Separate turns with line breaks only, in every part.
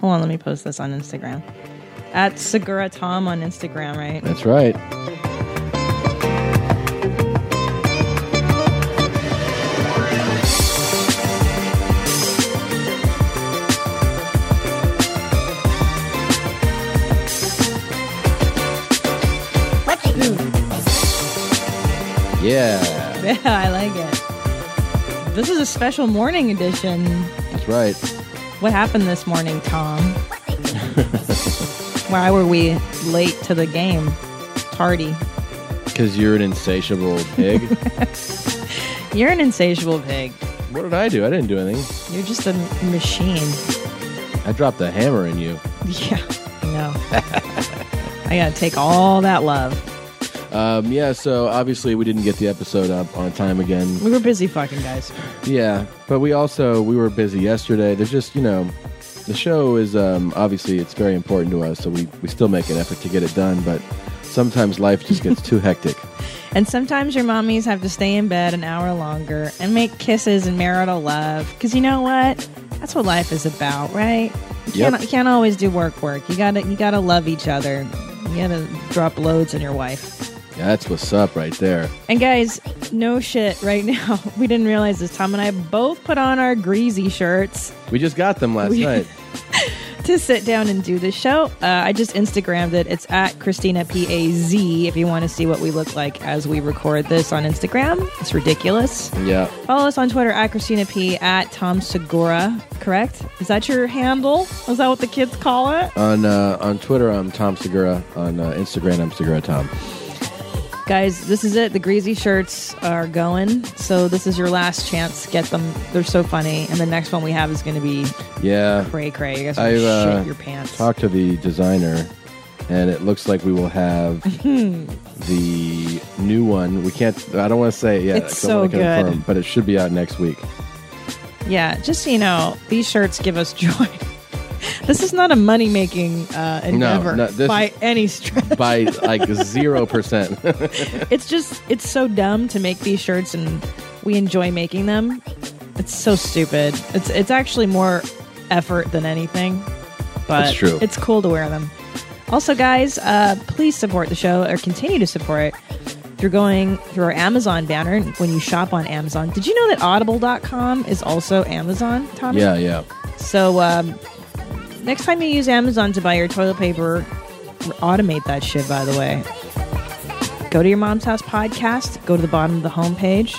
Hold on, let me post this on Instagram. At Segura Tom on Instagram, right?
That's right. Yeah,
Yeah, I like it. This is a special morning edition.
that's right.
What happened this morning, Tom? Why were we late to the game? Tardy.
Because you're an insatiable pig.
You're an insatiable pig.
what did I do? I didn't do anything.
You're just a machine.
I dropped a hammer in you.
Yeah, I know. I gotta take all that love.
Um, yeah, so obviously we didn't get the episode up on time again.
We were busy fucking guys.
Yeah, but we also we were busy yesterday. There's just you know, the show is um, obviously it's very important to us, so we we still make an effort to get it done. But sometimes life just gets too hectic.
And sometimes your mommies have to stay in bed an hour longer and make kisses and marital love. Because you know what? That's what life is about, right? You,
Yep.
can't, you can't always do work work. You gotta you gotta love each other. You gotta drop loads on your wife.
Yeah, that's what's up right there.
And guys, no shit right now. We didn't realize this. Tom and I both put on our greasy shirts
We just got them last
We-
night.
to sit down and do this show. Uh, I just Instagrammed it. It's at Christina P A Z. If you want to see what we look like as we record this on Instagram, it's ridiculous.
Yeah,
Follow us on Twitter at Christina P at Tom Segura. Correct? Is that your handle? Is that what the kids call it?
on uh, on Twitter I'm Tom Segura. On uh, Instagram I'm Segura Tom.
Guys, this is it. The greasy shirts are going. So this is your last chance. Get them. They're so funny. And the next one we have is going to be
Yeah,
cray cray. You guys are
I've
gonna
uh,
shit your pants.
talked to the designer, and it looks like we will have the new one. We can't. I don't want to say it yet.
It's
'cause I wanna
so good.
confirm, but it should be out next week.
Yeah, just so you know, these shirts give us joy. this is not a money making uh, endeavor
no, this
by
is-
any stretch.
by like zero percent.
it's just it's so dumb to make these shirts, and we enjoy making them. It's so stupid. It's it's actually more effort than anything. But
That's true.
It's cool to wear them. Also, guys, uh, please support the show or continue to support through going through our Amazon banner when you shop on Amazon. Did you know that Audible.com is also Amazon, Tommy?
yeah, yeah.
So um, next time you use Amazon to buy your toilet paper, automate that shit. By the way, go to your mom's house podcast. Go to the bottom of the homepage.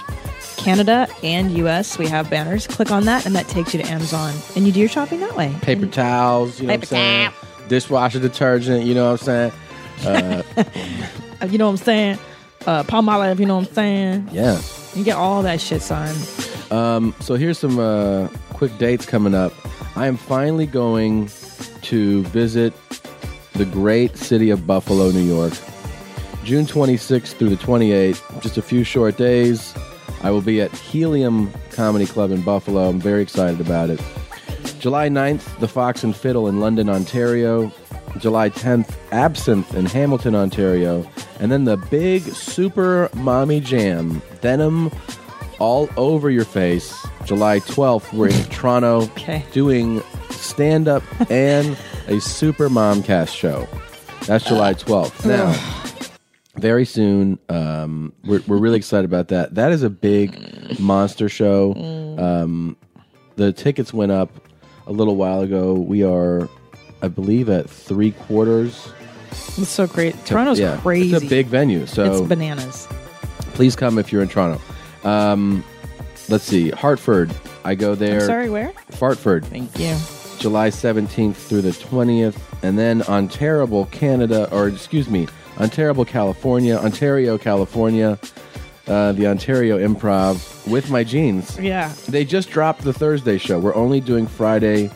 Canada and U.S. We have banners. Click on that, and that takes you to Amazon, and you do your shopping that way.
Paper towels, you know
Paper
what I'm saying? Dishwasher detergent, you know what I'm saying?
Uh, You know what I'm saying? Uh, palm olive. You know what I'm saying?
Yeah.
You get all that shit, son.
So here's some uh, quick dates coming up. I am finally going to visit the great city of Buffalo, New York. June 26th through the 28th, just a few short days. I will be at Helium Comedy Club in Buffalo. I'm very excited about it. July 9th, The Fox and Fiddle in London, Ontario. July 10th, Absinthe in Hamilton, Ontario. And then the big Super Mommy Jam, Denim All Over Your Face. July 12th, we're in Toronto
Okay.
doing stand up and a Super Momcast show. That's July 12th. Now, very soon. Um, we're, we're really excited about that. That is a big monster show. Um, the tickets went up a little while ago. We are, I believe, at three quarters.
It's so great. Toronto's
yeah,
crazy.
It's a big venue. So
It's bananas.
please come if you're in Toronto. Um, let's see. Hartford. I go there.
I'm sorry, where?
Fartford.
Thank you.
July 17th through the 20th, and then on Terrible, Canada, or excuse me, on Terrible, California, Ontario, California, uh, the Ontario Improv with my jeans.
Yeah.
They just dropped the Thursday show. We're only doing Friday,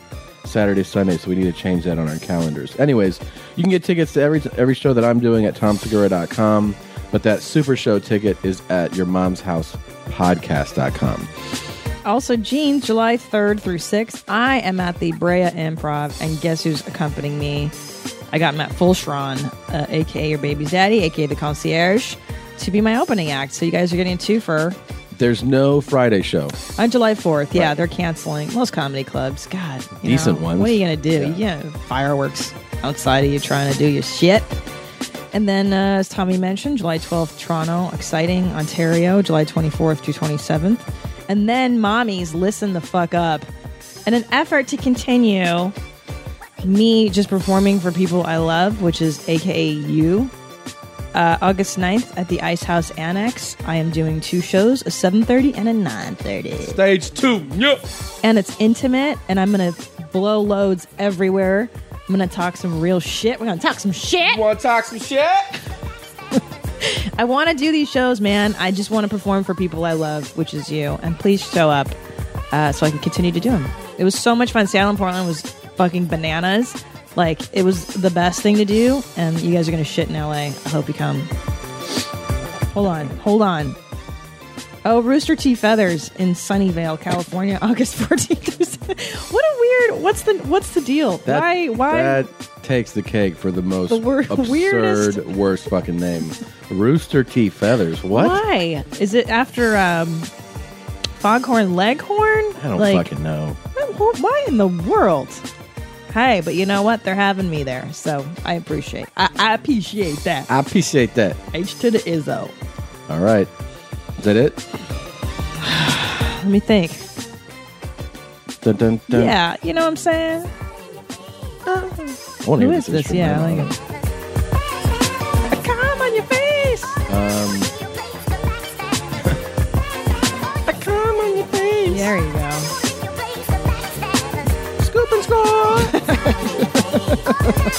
Saturday, Sunday, so we need to change that on our calendars. Anyways, you can get tickets to every every show that I'm doing at tomsegura.com, but that super show ticket is at your mom's house podcast.com.
Also, Gene, July 3rd through 6th, I am at the Brea Improv, and guess who's accompanying me? I got Matt Fulshron, uh, aka your baby's daddy, aka the concierge, to be my opening act. So, you guys are getting a twofer.
There's no Friday show.
On July 4th, yeah,
Right.
they're canceling most comedy clubs. God, you
Decent
know,
ones.
What are you going to do?
Yeah.
Yeah. fireworks outside of you trying to do your shit. And then, uh, as Tommy mentioned, July 12th, Toronto, exciting, Ontario, July 24th to 27th. And then, mommies, listen the fuck up. In an effort to continue me just performing for people I love, which is AKA you, uh, August 9th at the Ice House Annex, I am doing two shows, a 7.30 and a 9.30
Stage two. Yep.
and it's intimate and i'm gonna blow loads everywhere i'm gonna talk some real shit we're gonna talk some shit
Want to talk some shit?
i want to do these shows man i just want to perform for people i love which is you and please show up uh, so i can continue to do them it was so much fun seattle and portland was fucking bananas like it was the best thing to do and you guys are gonna shit in la i hope you come hold on hold on Oh, Rooster Tea Feathers in Sunnyvale, California, August 14th. what a weird. What's the what's the deal?
That,
why why
That takes the cake for the most
The wor-
absurd,
weirdest-
worst fucking name. Rooster Tea Feathers. What?
why? Is it after um Foghorn Leghorn?
I don't fucking know.
wh- Why in the world? Hey, but you know what? They're having me there, so I appreciate. I, I appreciate that.
I appreciate that.
H to the Izzo.
All right. Is that it?
Let me think.
Dun, dun, dun.
Yeah, you know what I'm saying.
I wanna
Who
hear
is this? Yeah, I
instrumental.
like it. Come on your face.
Um,
There you go.
scoop and score.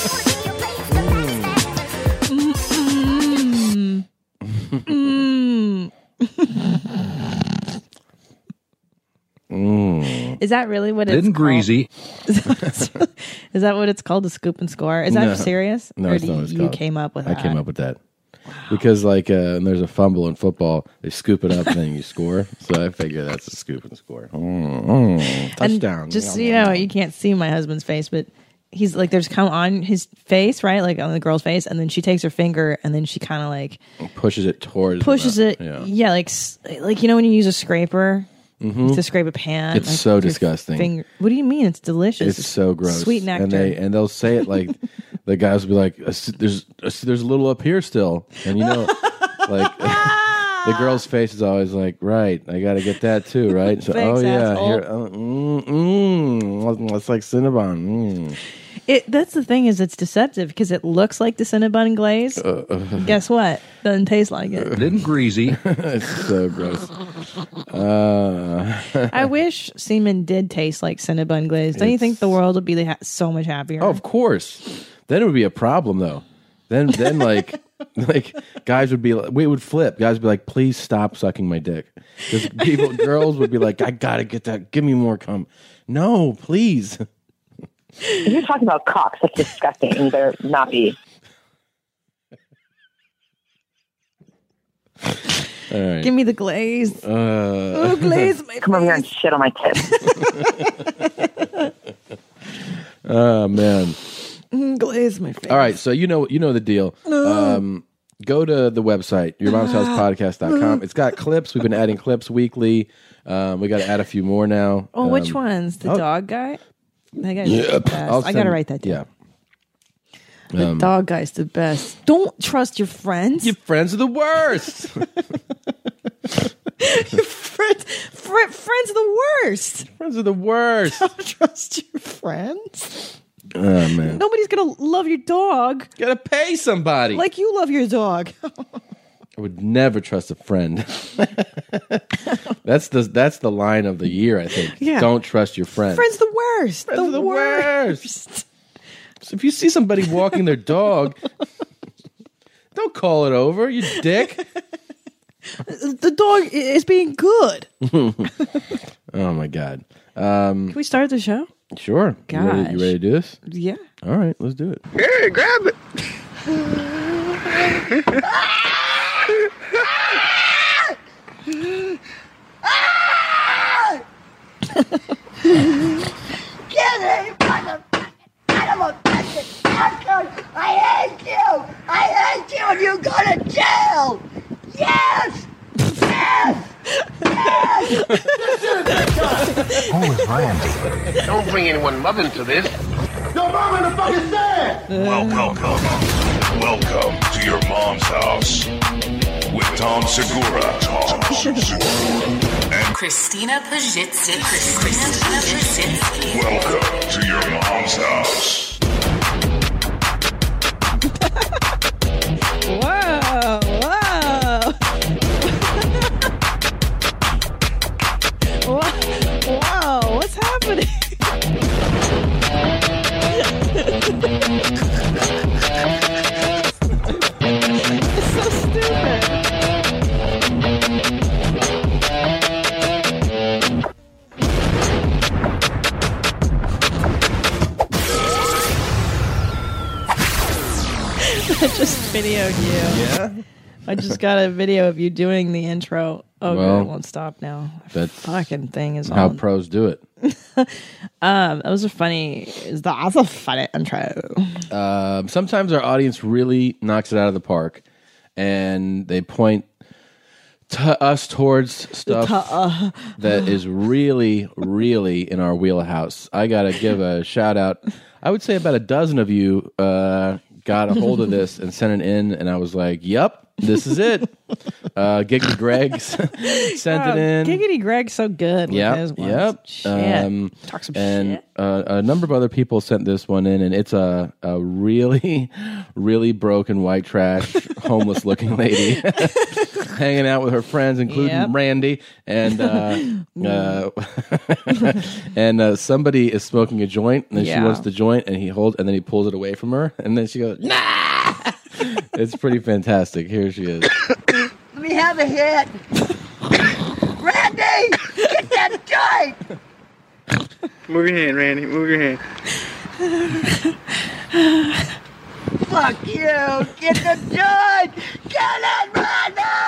Is that really what it's
Didn't
called?
greasy.
Is that what it's called? A scoop and score? Is that
No.
serious?
No,
Or
it's
do
not
you,
what it's
you
called.
came up with
I
that?
came up with that. Because like uh, and there's a fumble in football, they scoop it up and then you score. So I figure that's a scoop and score. Mm, mm,
And
touchdown.
Just so you know, you can't see my husband's face, but he's like, there's come on his face, right? Like on the girl's face, and then she takes her finger and then she kind of like
pushes it towards the
pushes
mouth.
it. Yeah,
Yeah.
like s- like you know when you use a scraper to scrape a pan.
Mm-hmm. It's
like,
so
with your
disgusting.
Finger. What do you mean? It's delicious.
It's so gross.
Sweet nectar.
And they and they'll say it like the guys will be like, "I see- "There's I see there's a little up here still," and you know, like the girl's face is always like, "Right, I got to get that too, right?" So,
Thanks,
oh yeah,
asshole.
here, oh, mm, mm, it's like Cinnabon. Mm.
It that's the thing is it's deceptive because it looks like the Cinnabon glaze.
Uh,
Guess what? Doesn't taste like it.
Didn't greasy.
It's so gross. Uh,
I wish semen did taste like Cinnabon glaze. Don't you think the world would be the ha- so much happier?
oh, of course, then it would be a problem though. Then then like. Like guys would be, like, we would flip. Guys would be like, "Please stop sucking my dick." Because people, girls would be like, "I gotta get that. Give me more cum." No, please.
You're talking about cocks. That's disgusting. You better not be.
All right.
Give me the glaze.
Uh,
Oh, glaze my
Come over here and shit on my tits.
oh man.
Mm, glaze my face.
All right. So you know you know the deal. Um, go to the website yourmomshousepodcast.com. It's got clips. We've been adding clips weekly. Um, we got to add a few more now.
Oh, which
Um,
one's the
oh.
dog guy? I gotta,
I'll
I gotta
send-
write that down.
Yeah. um,
The dog guy's the best. Don't trust your friends.
Your friends are the worst.
friends, fri friends are the worst.
friends are the worst.
Don't trust your friends.
Oh man.
Nobody's gonna love your dog
Gotta pay somebody.
like you love your dog.
I would never trust a friend. that's the that's the line of the year. I think.
Yeah.
Don't trust your friend.
Friends the worst.
Friends are the worst. So if you see somebody walking their dog, don't call it over, you dick.
The dog i- is being good.
Oh my god. Hmm.
Can we start the show?
Sure. You ready,
Gosh.
you ready to do this?
Yeah.
All right, let's do it.
Get him, animal bastard! I hate you! I hate you and you go to jail! Yes! Yes!
bring anyone mother into this.
Your mom in the fucking sand!
Welcome. Welcome to your mom's house with Tom Segura. Tom Segura.
Christina Pajitsky. Christina Pajitsky.
Welcome to your mom's house.
Whoa, whoa. whoa, whoa, what's happening? it's so stupid. I just videoed you.
Yeah.
I just got a video of you doing the intro. Oh,
Well,
good. It won't stop now.
That's
Fucking thing is
how
on.
pros do it.
that was a funny. Is that was a funny intro?
Um, sometimes our audience really knocks it out of the park, and they point to us towards stuff that is really, really in our wheelhouse. I gotta give a shout out. I would say about a dozen of you uh, got a hold of this and sent it in, and I was like, "Yep, this is it." uh, Giggity Greg sent
Um,
it in.
Uh, Giggity Greg's so good.
Yep,
with his ones.
yep.
Shit.
Um,
Talk some
and
shit.
uh, a number of other people sent this one in, and it's a, a really, really broken white trash, homeless looking lady hanging out with her friends, including
Yep.
Randy. And uh, uh, and uh, somebody is smoking a joint, and then she
Yeah.
wants the joint, and he holds, and then he pulls it away from her, and then she goes, nah! it's pretty fantastic. Here she is.
Let me have a hit. Randy, get that joint.
Move your hand, Randy. Move your hand.
Fuck you. Get the joint. Get it, Randy.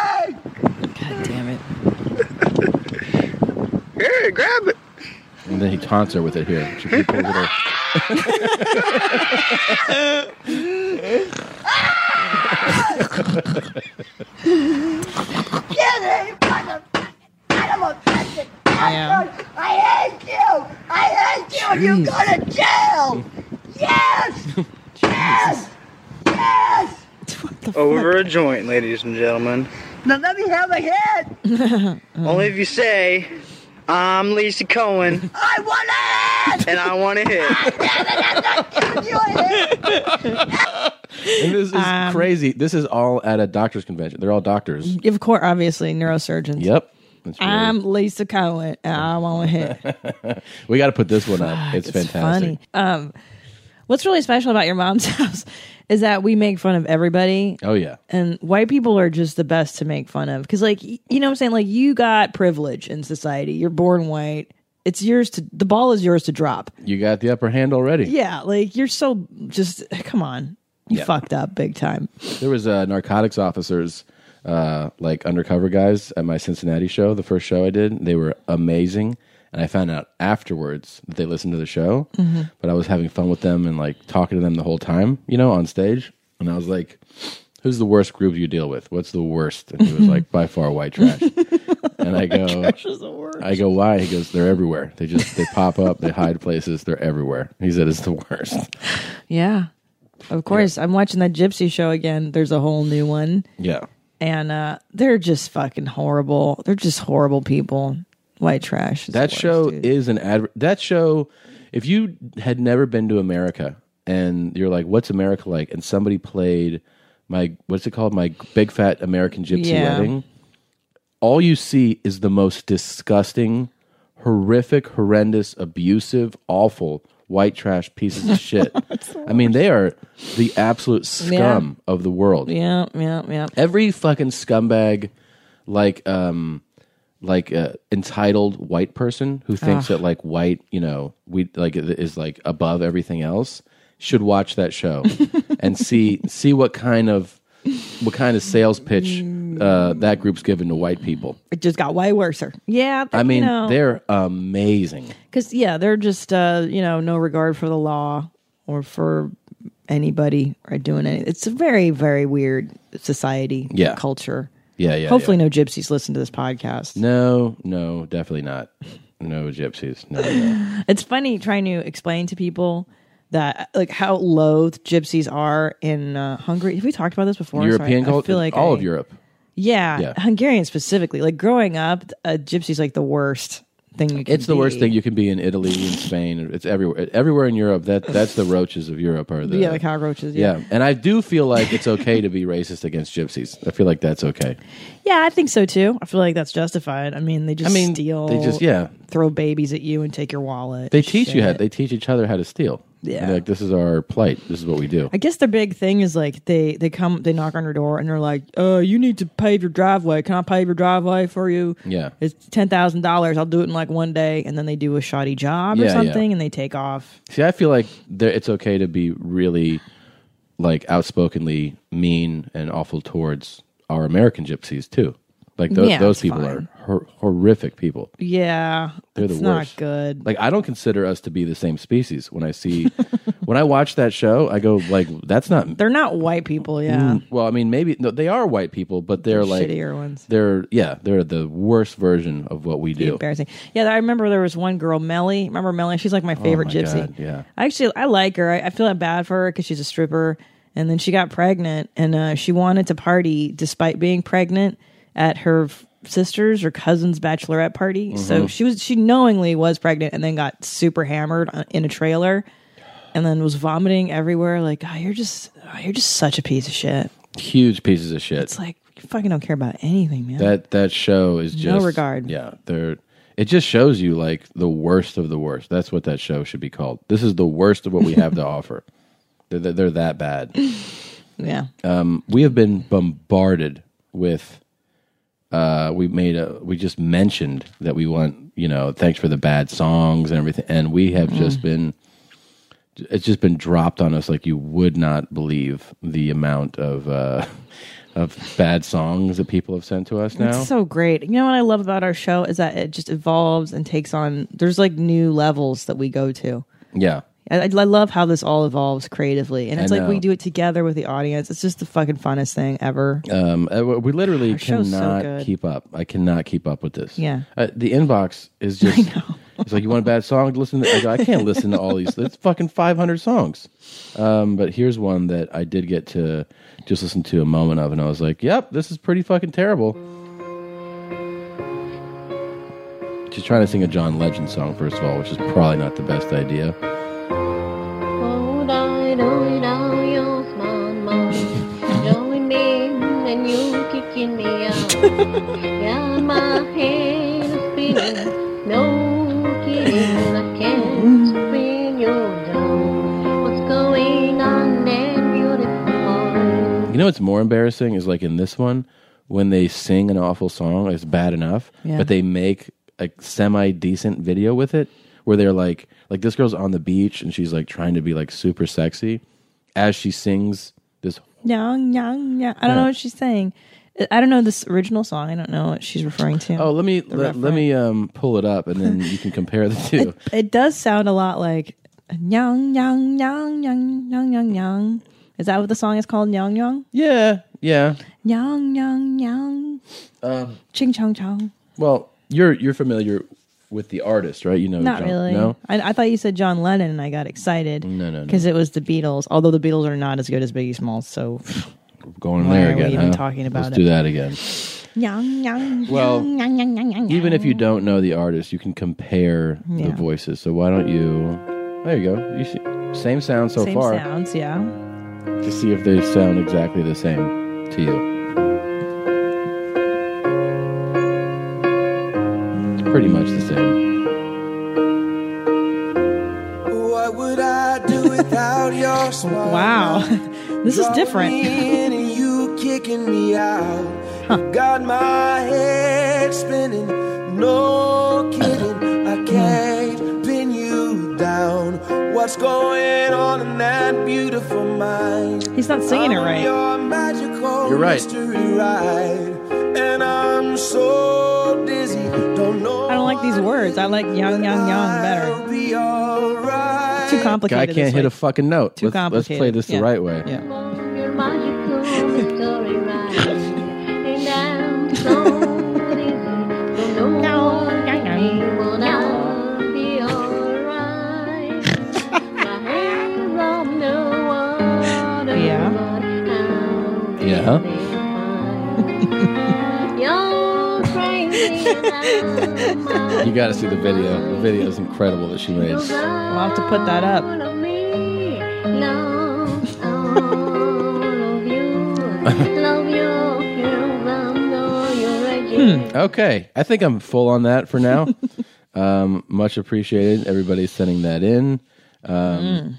God damn it.
Here, grab it.
And then he taunts her with it here. She pulls it away.
Get it, motherfucking animal bastard.
Yeah.
I hate you. I hate you. and You go to jail. Yes. yes. Yes.
Over Oh, a joint, ladies and gentlemen.
Now let me have a hit.
Only if you say, I'm Lisa Cohen
I want
and I want to hit.
it. You a hit.
And this is crazy. This is all at a doctor's convention. They're all doctors.
Of course, obviously, neurosurgeons.
Yep. That's really-
Um,
I'm Lisa Cohen, and I want to hit.
we got to put this one up. It's, fantastic.
Funny. Um, what's really special about your mom's house is that we make fun of everybody.
Oh yeah.
and white people are just the best to make fun of because like y- you know what i'm saying like you got privilege in society you're born white it's yours to the ball is yours to drop
You got the upper hand already.
yeah like you're so just come on you fucked up big time
There was uh, narcotics officers, uh, like undercover guys, at my Cincinnati show. The first show I did, they were amazing, and I found out afterwards that they listened to the show. But I was having fun with them and like talking to them the whole time, you know, on stage. And I was like, "Who's the worst group you deal with? What's the worst?" And he was like, "By far, white trash." and I go, I go, why? He goes, they're everywhere. They just they pop up, they hide places, they're everywhere. He said it's the worst.
yeah of course i'm watching that gypsy show again there's a whole new one
Yeah.
and uh they're just fucking horrible they're just horrible people white trash is the
That
worst,
show
dude.
is an adver- that show if you had never been to America and you're like, What's America like? And somebody played my what's it called? My big fat American gypsy
Yeah.
wedding. All you see is the most disgusting, horrific, horrendous, abusive, awful white trash pieces of shit. I mean, they are the absolute scum of the world.
yeah yeah yeah
every fucking scumbag like um like uh, entitled white person who thinks that like white you know we like is like above everything else should watch that show and see see what kind of what kind of sales pitch
Mm.
uh, that group's given to white people
it just got way worser yeah
i mean
you know.
they're amazing
Because yeah, they're just uh, you know no regard for the law or for anybody or doing any. It's a very very weird society.
Yeah.
culture.
yeah yeah
Hopefully,
yeah.
no gypsies listen to this podcast.
no no definitely not No gypsies. No, no.
It's funny trying to explain to people that like how loath gypsies are in uh, Hungary. Have we talked about this before? Sorry,
European
I
culture.
feel like
all
I-
of Europe.
Yeah,
Yeah.
Hungarian specifically. Like growing up, a gypsy's like the worst thing you can.
It's the worst
be.
thing you can be in Italy and Spain. It's everywhere. Everywhere in Europe. That that's the roaches of Europe are the
Yeah, the cockroaches. Yeah.
Yeah, and I do feel like it's okay to be racist against gypsies. I feel like that's okay.
Yeah, I think so too. I feel like that's justified. I mean, they just
I mean,
steal.
they just yeah.
throw babies at you and take your wallet.
They
and
teach you
shit.
how. They teach each other how to steal.
Yeah.
They're like this is our plight. This is what we do.
I guess their big thing is like they they come they knock on your door and they're like, "Uh, you need to pave your driveway. Can I pave your driveway for you?
Yeah.
it's ten thousand dollars. I'll do it in like one day." And then they do a shoddy job
Yeah,
or
yeah.
something, and they take off.
See, I feel like there, it's okay to be really, like, outspokenly mean and awful towards our American gypsies too. Like those
Yeah,
those
it's
people
fine.
are hor- horrific people.
Yeah,
They're the
it's
worst.
not good.
Like I don't consider us to be the same species. When I see, when I watch that show, I go like, that's not.
they're not white people. Yeah,
Well, I mean, maybe no, they are white people, but they're, like
shittier ones.
They're yeah, they're the worst version of what we do.
embarrassing. Yeah, I remember there was one girl, Melly. Remember Melly? She's like my favorite
Oh my
gypsy.
God, yeah.
I actually I like her. I, I feel bad for her because she's a stripper, and then she got pregnant, and uh, she wanted to party despite being pregnant at her f- sister's or cousin's bachelorette party.
Mm-hmm.
So she was she knowingly was pregnant, and then got super hammered on- in a trailer. And then was vomiting everywhere. Like, oh, you're just, oh, you're just such a piece of shit.
Huge pieces of shit.
It's like you fucking don't care about anything, man.
that that show is just
No regard.
Yeah, they're it just shows you like the worst of the worst. That's what that show should be called. This is the worst of what we have to offer. They're, they're, they're that bad.
yeah,
We have been bombarded with. Uh, we made a. We just mentioned that we want you know thanks for the bad songs and everything, and we have
Mm.
just been. It's just been dropped on us like you would not believe the amount of uh, of bad songs that people have sent to us now.
It's so great. You know what I love about our show is that it just evolves and takes on. There's like new levels that we go to.
yeah,
I, I love how this all evolves creatively, and it's
I
like we
know.
do it together with the audience. It's just the fucking funnest thing ever.
Um, uh, we literally
show's so
cannot
good.
keep up. I cannot keep up with this.
Yeah.
uh, the inbox is just. it's like you want a bad song. Listen, to, I, go, I can't listen to all these. It's fucking five hundred songs. Um, but here's one that I did get to just listen to a moment of, and I was like, "Yep, this is pretty fucking terrible." She's trying to sing a John Legend song, first of all, which is probably not the best idea.
Join me and you kicking me out. yeah, my head is spinning. No kidding, I can't spin you down. What's going on in beautiful?
You know what's more embarrassing is like in this one when they sing an awful song, it's bad enough,
Yeah.
but they make a semi decent video with it where they're like like this girl's on the beach and she's like trying to be like super sexy as she sings this
Yang, yang, yang. I don't know what she's saying. I- I don't know this original song. I don't know what she's referring to.
Oh, let me let, let
reference.
me um pull it up and then you can compare the two.
it does sound a lot like yang, yang, yang, yang, yang, yang, yang. Is that what the song is called? Yang, yang,
yeah, yeah.
yang, yang, yang.
Um,
Ching, chong, chong.
Well, you're you're familiar with the artist, right? You know
Not
John-
really.
No.
I, I thought you said John Lennon, and I got excited.
no, no.
because it was the Beatles. Although the Beatles are not as good as Biggie Smalls, so
Going
Why
there
are we
again.
even
huh?
talking about
Let's
it?
do that again.
yang yang.
Well,
yang, yang, yang, yang, yang.
even if you don't know the artist, you can compare the
Yeah.
voices. So why don't you? There you go. You see, same sound so
same
far.
sounds, yeah.
To see if they sound exactly the same to you. Pretty much the same.
What would I do without your smile?
Wow, this is different.
In and you kicking me out. You Got my head spinning. No kidding, I can't pin you down. What's going on in that beautiful mind?
He's not singing it right.
Your magical
You're right.
mystery ride. And I'm so dizzy. Don't know.
I don't like these words. I like yang yang yang better.
I'll be alright.
Too
Guy
complicated.
can't
this
hit a
week.
fucking note.
Too
let's,
complicated.
Let's play this
Yeah.
the right way.
Yeah.
Your magical story And I'm so dizzy. Don't know what I mean when I
Dạ.
You're crazy and I'm
You got to see the video. The video is incredible that she made.
I'll have to put that up. Hmm.
Okay, I think I'm full on that for now. um, much appreciated. Everybody's sending that in. Um,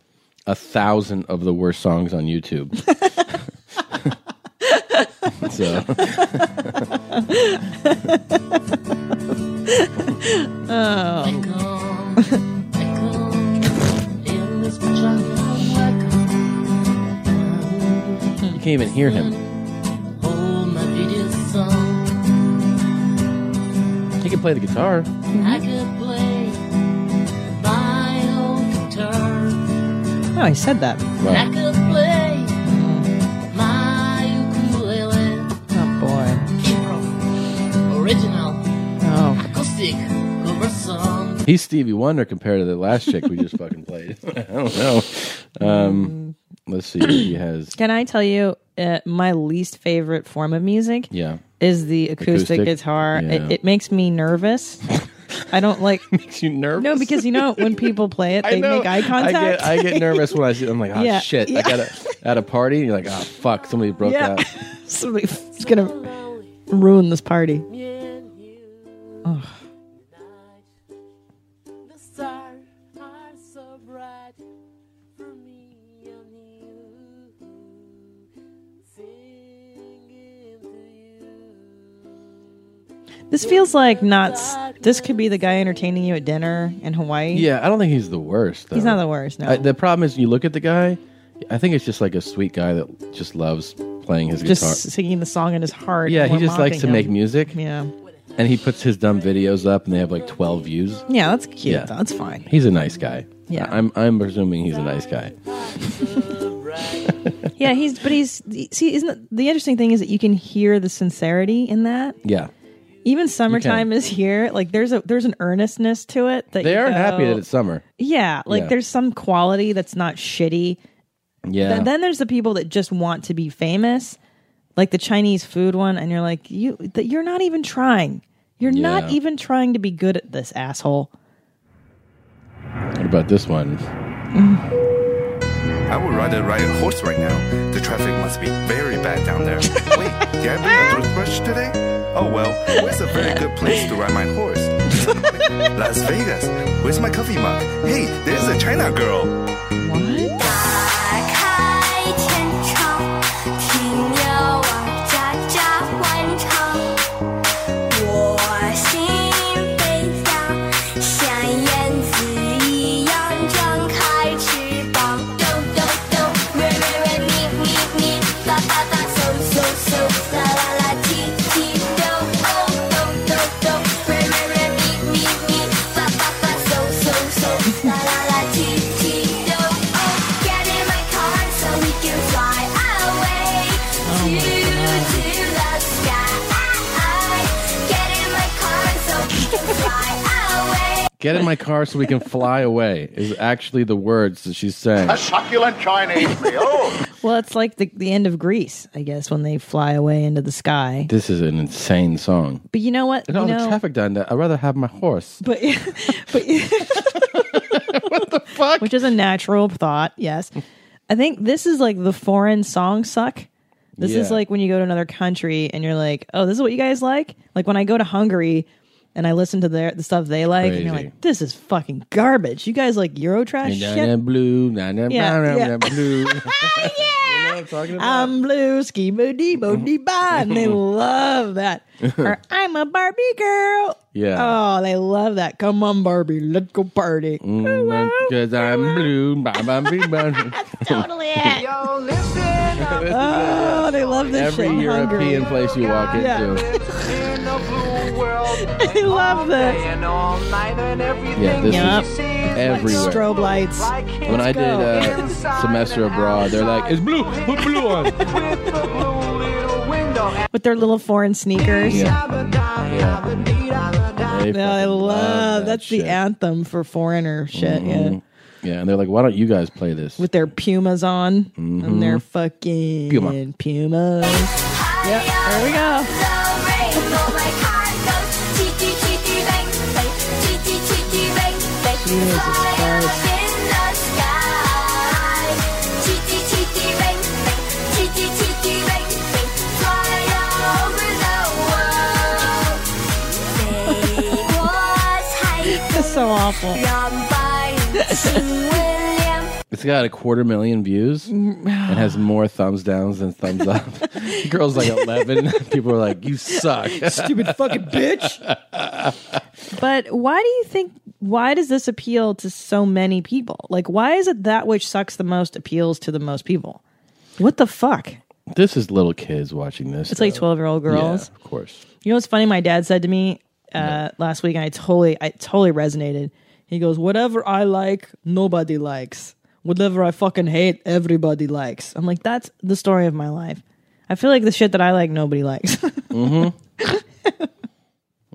a thousand of the worst songs on YouTube. so. you can't even hear him. He can play the guitar.
I could play my own guitar.
Oh, I said that.
I could play my ukulele.
Oh,
Kipro. Original.
Oh.
Acoustic. Cover song.
He's Stevie Wonder compared to the last chick we just fucking played. I don't know. Um, let's see. He has.
Can I tell you uh, my least favorite form of music?
Yeah.
Is the acoustic,
Acoustic?
guitar.
Yeah.
It, it makes me nervous. I don't like.
makes you nervous?
No, because you know when people play it,
I
they
know.
make eye contact.
I get, I get nervous when I see. I'm like, oh
Yeah.
shit!
Yeah.
I got to at a party. And you're like, oh fuck! Somebody broke
yeah.
out.
Somebody's gonna ruin this party. Ugh. This feels like not. s- This could be the guy entertaining you at dinner in Hawaii.
Yeah, I don't think he's the worst. Though.
He's not the worst, no.
I, the problem is, you look at the guy. I think it's just like a sweet guy that just loves playing his
just
guitar.
singing the song in his heart.
Yeah,
and
he
we're
just likes to
mocking
make
him.
music.
Yeah.
And he puts his dumb videos up, and they have like 12 views.
Yeah, that's cute.
Yeah.
though. That's fine.
He's a nice guy.
Yeah.
I'm I'm presuming he's a nice guy.
Yeah, he's but he's see isn't it- the interesting thing is that you can hear the sincerity in that.
Yeah.
Even summertime is here. Like there's a there's an earnestness to it that
They
you
are
go-
happy that it's summer.
Yeah, like
Yeah.
there's some quality that's not shitty.
Yeah.
Th- then there's the people that just want to be famous, like the Chinese food one, and you're like you that you're not even trying. You're not
Yeah.
even trying to be good at this asshole.
What about this one?
I would rather ride a horse right now. The traffic must be very bad down there. Wait, did I bring a toothbrush today? Oh well, where's a very good place to ride my horse? Las Vegas. Where's my coffee mug? Hey, there's a China girl.
Get in my car so we can fly away is actually the words that she's saying.
A succulent Chinese meal.
Well, it's like the, the end of Greece, I guess, when they fly away into the sky.
This is an insane song.
But you know what?
And all
You
the
know-
traffic down there. I'd rather have my horse.
But, but what the
fuck?
Which is a natural thought. Yes, I think this is like the foreign song suck. This is
Yeah.
like when you go to another country and you're like, oh, this is what you guys like. Like when I go to Hungary and I listen to their the stuff they like, and you're
Crazy.
like, this is fucking garbage. You guys like Euro trash
Na-
shit.
na- blue, na- na-
Yeah,
na- na-
yeah. Oh, Um,
blue.
I'm blue, ski bo dee bo
Mm-hmm.
dee ba, and they love that. or I'm a Barbie girl.
Yeah.
Oh, they love that. Come on, Barbie, let's go party.
Mm, Because I'm blue. Ba- ba- bee- ba-
totally it. oh, they love this
Every
shit. in Hungary.
European place you walk
Yeah.
into.
I love this.
Yeah, this
Yup.
is everywhere.
Strobe lights.
When I did uh, semester abroad, they're like, "It's blue. Put blue on."
with their little foreign sneakers.
Yeah. They
No, I
fucking
love,
love that
Uh, that's the anthem for foreigner shit. Yeah.
Mhm. Yeah, and they're like, "Why don't you guys play this?"
With their pumas on
Mhm.
and their fucking
Puma.
pumas. Yep, there we go. Jesus Christ. It's so awful.
It's got a quarter million views and has more thumbs downs than thumbs up. Girls like eleven. People are like, "You suck,
Stupid fucking bitch." But why do you think? Why does this appeal to so many people? Like, why is it that which sucks the most appeals to the most people? What the fuck?
This is little kids watching this.
It's like
though.
12-year-old girls.
Yeah, of course.
You know what's funny? My dad said to me uh, last week, and I totally, I totally resonated. He goes, "Whatever I like, nobody likes. Whatever I fucking hate, everybody likes." I'm like, that's the story of my life. I feel like the shit that I like, nobody likes,
Mm-hmm.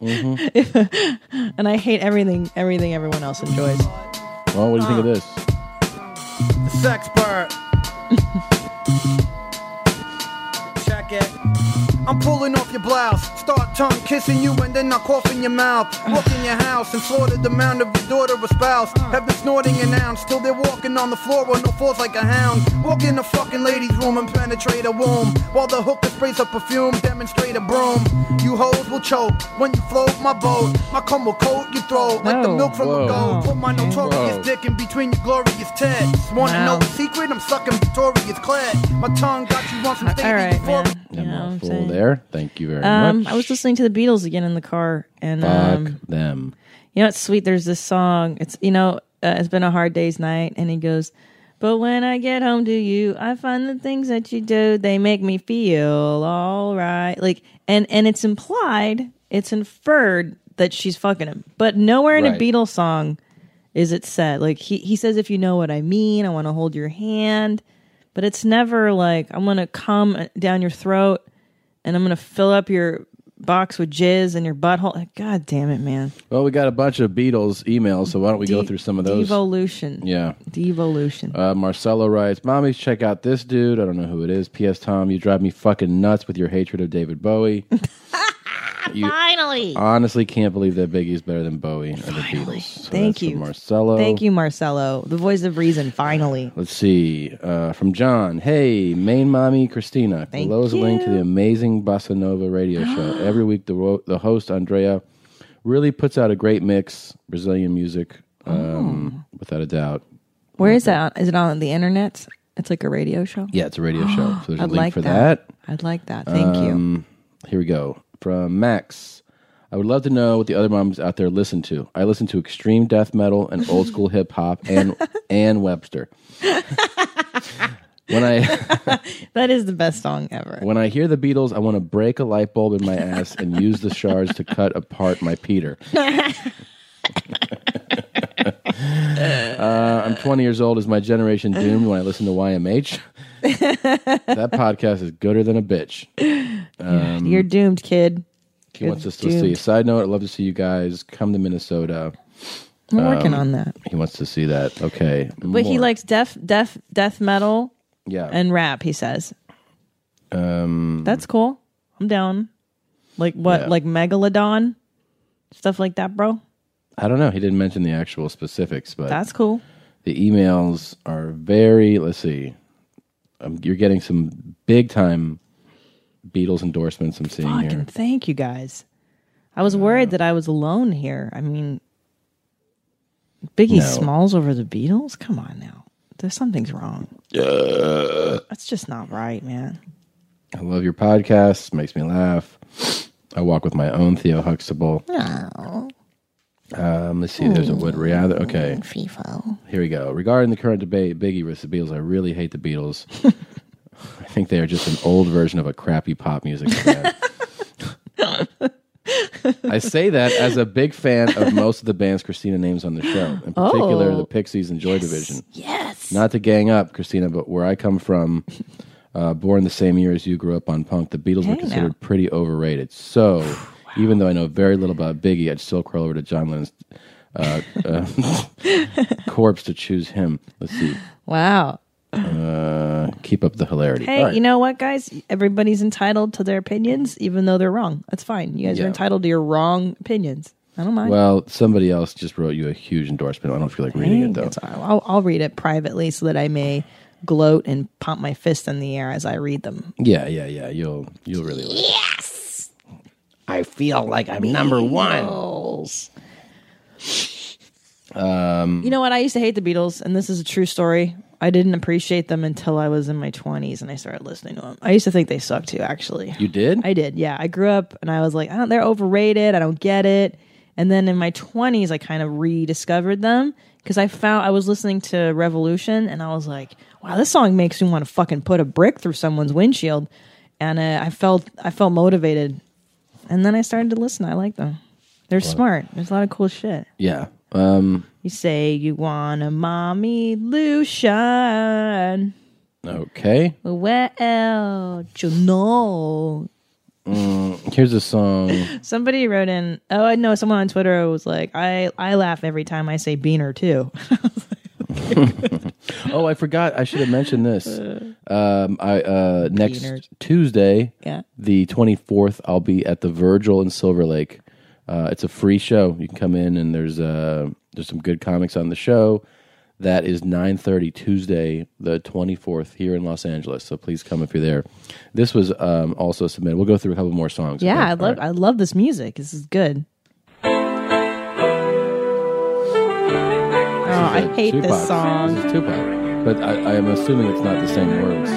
mm-hmm.
and I hate everything, everything everyone else enjoys.
Well, what do you
Oh,
think of this?
Sex part. Check it. I'm pulling off your blouse, start tongue kissing you, and then I cough in your mouth. Walk in your house and slaughtered the mound of your daughter or spouse. Have been snorting an ounce till they're walking on the floor on no floors like a hound. Walk in the fucking ladies' room and penetrate a womb while the hooker sprays her perfume, demonstrate a broom. You hoes will choke when you float my boat. My cum will coat your throat like the
Whoa.
milk from
Whoa.
a goat. Put my
Whoa.
notorious dick in between your glorious tits. Wanna
Wow.
know the secret? I'm sucking Victoria's clad. My tongue got you once from
All
stage
right,
before.
man. You know what I'm
Full
saying?
there. Thank you very
Um,
much.
I was listening to the Beatles again in the car, and um,
Fuck them.
You know, it's sweet. There's this song. It's you know, uh, it's been a hard day's night, and he goes, "But when I get home to you, I find the things that you do they make me feel all right." Like, and and it's implied, it's inferred that she's fucking him, but nowhere in
Right.
a Beatles song is it said. Like he he says, "If you know what I mean, I want to hold your hand," but it's never like I'm gonna come uh, down your throat and I'm gonna fill up your box with jizz and your butthole. Like, God damn it, man.
Well, we got a bunch of Beatles emails, so why don't we go through some of those?
Devolution.
Yeah.
Devolution.
Uh, Marcelo writes, "Mommies, check out this dude. I don't know who it is. P.S. Tom, you drive me fucking nuts with your hatred of David Bowie." You- Uh,
Finally.
Honestly, can't believe that Biggie's better than Bowie or the Beatles. So
Thank
that's from
you.
Marcello.
Thank you, Marcello. The voice of reason, finally.
Let's see. Uh, from John. Hey, main mommy Christina.
Thank
Below is a link to the amazing Bossa Nova radio show. Every week, the, ro- the host, Andrea, really puts out a great mix, Brazilian music,
Oh.
um, without a doubt.
Where is that? Is it on the internet? It's like a radio show.
Yeah, it's a radio show. So there's a
I'd
link
like
for
that.
that. Um,
I'd like that. Thank you.
you. Here we go. From Max. I would love to know what the other moms out there listen to. I listen to extreme death metal and old school hip hop and and Webster. when I
That is the best song ever.
when I hear the Beatles, I want to break a light bulb in my ass and use the shards to cut apart my Peter. Uh, I'm 20 years old. Is my generation doomed when I listen to YMH? that podcast is gooder than a bitch. Um,
You're doomed, kid.
He
You're
wants us to
doomed.
see. Side note, I'd love to see you guys come to Minnesota.
I'm working on that.
He wants to see that. Okay.
But he
um, More.
likes deaf, deaf, death metal
Yeah.
and rap, he says.
um
That's cool. I'm down. Like what?
Yeah.
Like Megalodon? Stuff like that, bro?
I don't know. He didn't mention the actual specifics, but
That's cool.
the emails are very let's see. Um, you're getting some big time Beatles endorsements I'm seeing
Fucking
here.
thank you guys. I was worried that I was alone here. I mean, Biggie
No.
Smalls over the Beatles? Come on now. There's something's wrong.
Yeah.
That's just not right, man.
I love your podcast. Makes me laugh. I walk with my own Theo Huxtable.
Oh.
Um, let's see. There's a would rather. Okay.
FIFO.
Here we go. Regarding the current debate, Biggie versus the Beatles, I really hate the Beatles. I think they are just an old version of a crappy pop music band. I say that as a big fan of most of the bands Christina names on the show, in particular
Oh.
the Pixies and Joy Division. Yes. Not to gang up, Christina, but where I come from, uh, born the same year as you grew up on punk, the Beatles were
Hey,
considered
now.
pretty overrated. So, even though I know very little about Biggie, I'd still curl over to John Lennon's uh, uh, corpse to choose him. Let's see.
Wow.
Uh, keep up the hilarity.
Hey,
All right.
you know what, guys? Everybody's entitled to their opinions, even though they're wrong. That's fine. You guys are
Yeah.
entitled to your wrong opinions. I don't mind.
well, somebody else just wrote you a huge endorsement. I don't feel like reading it though.
I'll, I'll read it privately so that I may gloat and pump my fist in the air as I read them.
Yeah, yeah, yeah. You'll you'll really like. Yes. I feel like I'm number one. Um,
You know what? I used to hate the Beatles, and this is a true story. I didn't appreciate them until I was in my 20s and I started listening to them. I used to think they sucked too, actually.
You did?
I did, yeah. I grew up and I was like, I don't, they're overrated. I don't get it. And then in my 20s, I kind of rediscovered them because I found I was listening to Revolution and I was like, wow, this song makes me want to fucking put a brick through someone's windshield. And uh, I felt I felt motivated. And then I started to listen. I like them. They're smart. There's a lot of cool shit.
Yeah. Um.
You say you want a mommy Lucian.
Okay.
Well, you know.
Mm, here's a song.
Somebody wrote in, oh, I know someone on Twitter was like, I, I laugh every time I say beaner too.
oh, I forgot. I should have mentioned this. Um, I uh, next
Beaners.
Tuesday,
Yeah.
the twenty fourth, I'll be at the Virgil in Silver Lake. Uh, it's a free show. You can come in, and there's uh, there's some good comics on the show. That is nine thirty Tuesday, the twenty fourth, here in Los Angeles. So please come if you're there. This was um, also submitted. We'll go through a couple more songs.
yeah,
okay?
I
All
love
right.
I love this music. This is good. Oh, I
This is
hate
Tupac.
this song.
This is Tupac, but I, I am assuming it's not the same words.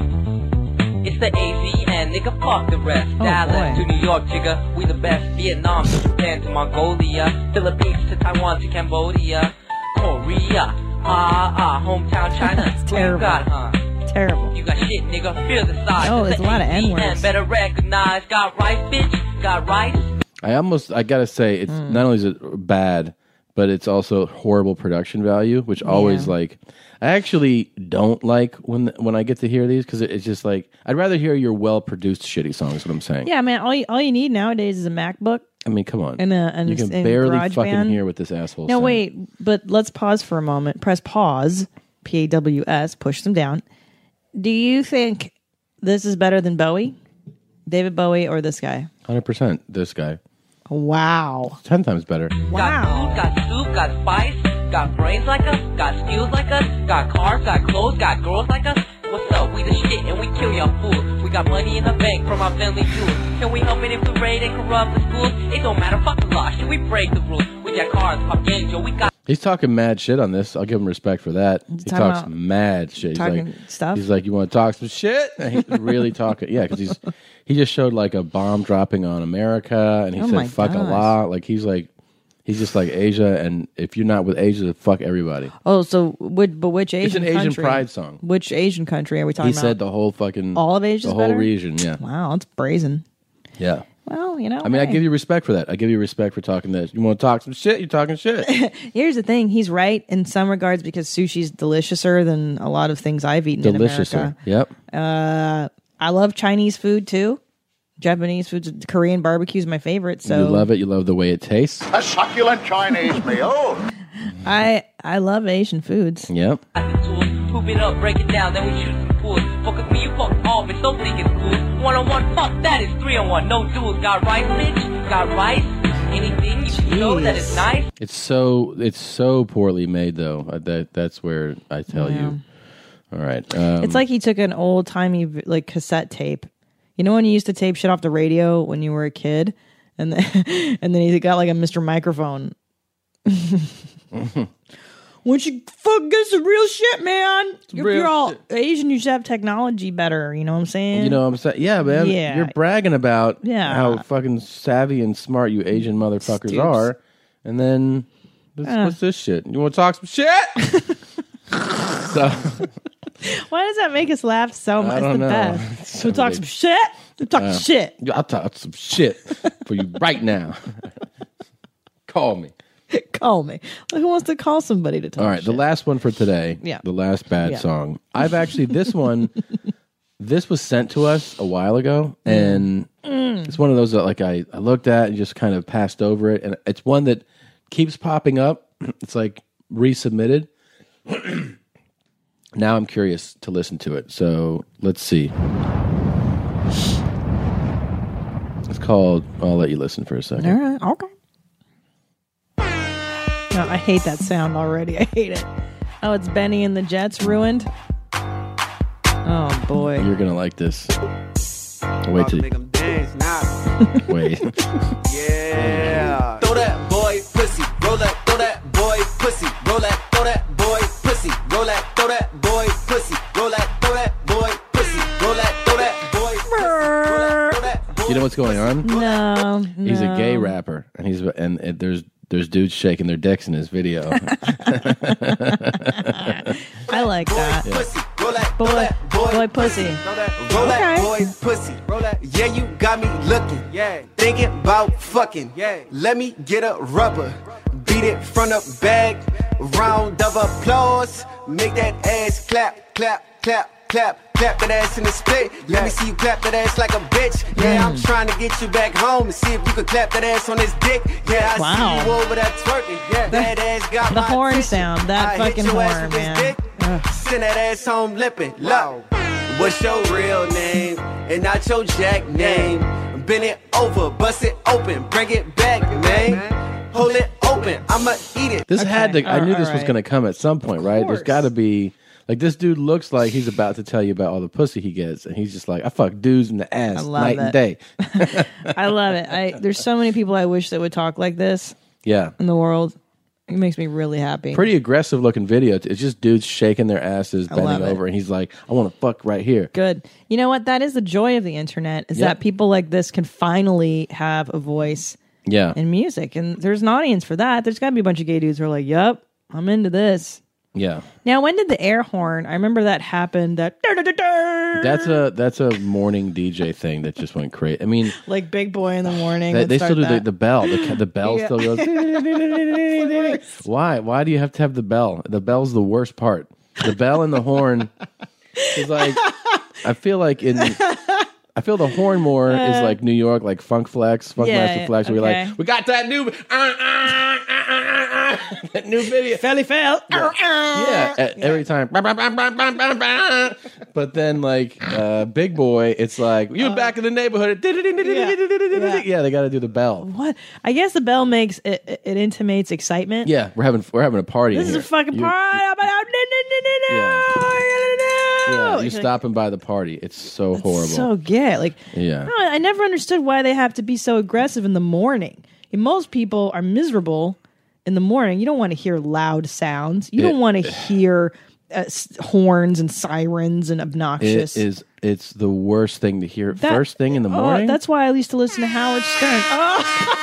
It's the AVN, nigga, fuck the rest.
Oh,
Dallas
boy.
to New York, jigga, we the best. Vietnam to Japan to Mongolia, Philippines to Taiwan to Cambodia, Korea, ah ah, hometown China.
That's
What you
terrible.
got, huh?
Terrible.
You got shit, nigga, feel the size.
Oh,
It's
there's a lot of
the
N-words.
AVN, Better recognize, got rice, bitch, got rice.
I almost I gotta say it's
Hmm.
not only is it bad, but it's also horrible production value, which always like I actually don't like when when I get to hear these because it, it's just like I'd rather hear your well produced shitty song. Is what I'm saying.
Yeah, man, all you, all you need nowadays is a MacBook
I mean, come on.
and a and,
you can
and
barely
GarageBand.
fucking hear what this asshole.
No,
said.
wait, but let's pause for a moment. Press pause P-A-W-S, push them down. Do you think this is better than Bowie? David Bowie or this guy?
100% this guy.
Wow.
10 times better.
Got food, got soup, got spice, got brains like us, got skills like us, got cars, got clothes, got girls like us. What's up? We the shit and we kill y'all fools. We got money in the bank from our family jewels. Can we help it if we raid and corrupt the schools? It don't matter, fuck the law. Should we break the rules? We got cars, pop gangs, yo, we got.
He's talking mad shit on this. I'll give him respect for that. he
talking
talks
about-
mad shit. He's
talking
like,
stuff?
He's like, you want to talk some shit? And he's really talking. Yeah, because he's he just showed like a bomb dropping on America, and he
Oh my
said fuck
gosh.
a lot. Like he's like he's just like Asia, and if you're not with Asia, fuck everybody.
Oh, so would but which Asian?
It's an Asian
country-
pride song.
Which Asian country are we talking
He
about?
said the whole fucking
All of Asia's
the whole
better?
region. Yeah,
Wow, that's brazen.
yeah.
Well, you know.
I mean, I
hey.
give you respect for that. I give you respect for talking this. You want to talk some shit? You're talking shit.
Here's the thing: he's right in some regards because sushi's deliciouser than a lot of things I've eaten
Delicious.
in America.
Yep.
Uh, I love Chinese food too. Japanese food, Korean barbecue is my favorite. So
you love it. You love the way it tastes.
A succulent Chinese meal.
I I love Asian foods.
Yep.
Poop it up, break it down, then we shoot the pool. Fuck with me, you fuck all, bitch, don't think it's cool. One on one, fuck that is three on one. No duels, got rice, bitch, got rice. Anything you can know that is nice.
It's so it's so poorly made though. Uh, That that's where I tell you. All right. Um,
it's like he took an old timey like cassette tape. You know when you used to tape shit off the radio when you were a kid, and then, and then he got like a Mr. Microphone. Once you fuck get some real shit, man. If
real
you're all Asian, you should have technology better. You know what I'm saying?
you know what I'm saying? Yeah, man.
Yeah.
You're bragging about
Yeah.
how fucking savvy and smart you Asian motherfuckers
Stoops.
are, and then this,
Uh.
what's this shit? You want to talk some shit? so
Why does that make us laugh so much?
I don't
it's the
know.
best. So talk some shit. We talk
uh,
shit.
I'll talk some shit for you right now. Call me.
call me. Who wants to call somebody to talk?
All right, the last one for today.
Oh, Yeah.
The last bad
Yeah.
song. I've actually this one this was sent to us a while ago and
Mm.
it's one of those that like I, I looked at and just kind of passed over it and it's one that keeps popping up. It's like resubmitted. now I'm curious to listen to it. So let's see. It's called I'll let you listen for a second.
All right. Okay. No, I hate that sound already. I hate it. Oh, it's Benny and the Jets ruined. Oh boy.
You're gonna like this. Wait till you
dance now.
wait.
Yeah. Throw that boy pussy, roll that, throw that boy pussy, roll that, throw that boy pussy, roll that, throw that boy pussy, roll that, throw that boy pussy, roll that, throw that boy pussy, roll that, throw that
You know what's going on?
No,
He's a gay
no.
rapper, and he's and, and there's there's dudes shaking their dicks in his video.
I like that. Boy, boy, pussy.
Roll that
Okay.
boy pussy. Roll that. Yeah, you got me looking. Yeah. Thinking about fucking. Yeah. Let me get a rubber. Beat it from the back. Round of applause. Make that ass clap, clap, clap. Clap, clap that ass in the split. Let me see you clap that ass like a bitch.
Mm.
Yeah, I'm trying to get you back home and see if you can clap that ass on this dick. Yeah, I
Wow.
see you over that twerking. Yeah, that ass got
The
my
horn
attention.
sound. That
I hit
fucking
your ass
horn,
with this
man.
dick. Send that ass home lippin'. Low. What's your real name? And not your jack name. Bend it over, bust it open, bring it back, man. Hold it open, I'ma eat it.
this had to. I knew this was going to come at some point, right? There's
course.
got to be like this dude looks like he's about to tell you about all the pussy he gets, and he's just like, I fuck dudes in the ass
I love
night
it.
and day.
I love it. I there's so many people I wish that would talk like this
Yeah,
in the world. It makes me really happy.
pretty aggressive looking video. It's just dudes shaking their asses,
I love
bending
it.
over, and he's like, I want to fuck right here.
Good. You know what? That is the joy of the internet is
Yep.
that people like this can finally have a voice
Yeah,
in music. And there's an audience for that. There's got to be a bunch of gay dudes who are like, yep, I'm into this.
yeah.
Now, when did the air horn? I remember that happened. That
That's a that's a morning DJ thing that just went crazy. I mean,
like big boy in the morning.
they,
would
they still
start
do the,
that.
the bell. The, ca- the bell
Yeah.
still goes. Why? Why do you have to have the bell? The bell's the worst part. The bell and the horn is like I feel like in I feel the horn more is
Uh,
like New York, like Funk Flex, Funk
yeah,
Master Flex. where We're
okay.
like we got that new. uh, uh, uh, uh, uh, that new video.
Felly fell.
Yeah, yeah, e- every time. But then, like, uh, Big Boy, it's like,
Uh,
you back in the neighborhood. Yeah, they got to do the bell.
What? I guess the bell makes it, it, it intimates excitement.
Yeah, we're having we're having a party.
This
in
is a
here.
fucking
You-
party. I'm about-
Yeah, you
It's like-
stopping by the party. It's so horrible.
So gay. Like,
yeah.
No, I never understood why they have to be so aggressive in the morning. And most people are miserable in the morning. You don't want to hear loud sounds. You
It-
don't want to hear uh, s- horns and sirens and obnoxious.
It is. It's the worst thing to hear.
That-
First thing in the
Oh,
morning.
that's why I used to listen to Howard Stern. Oh,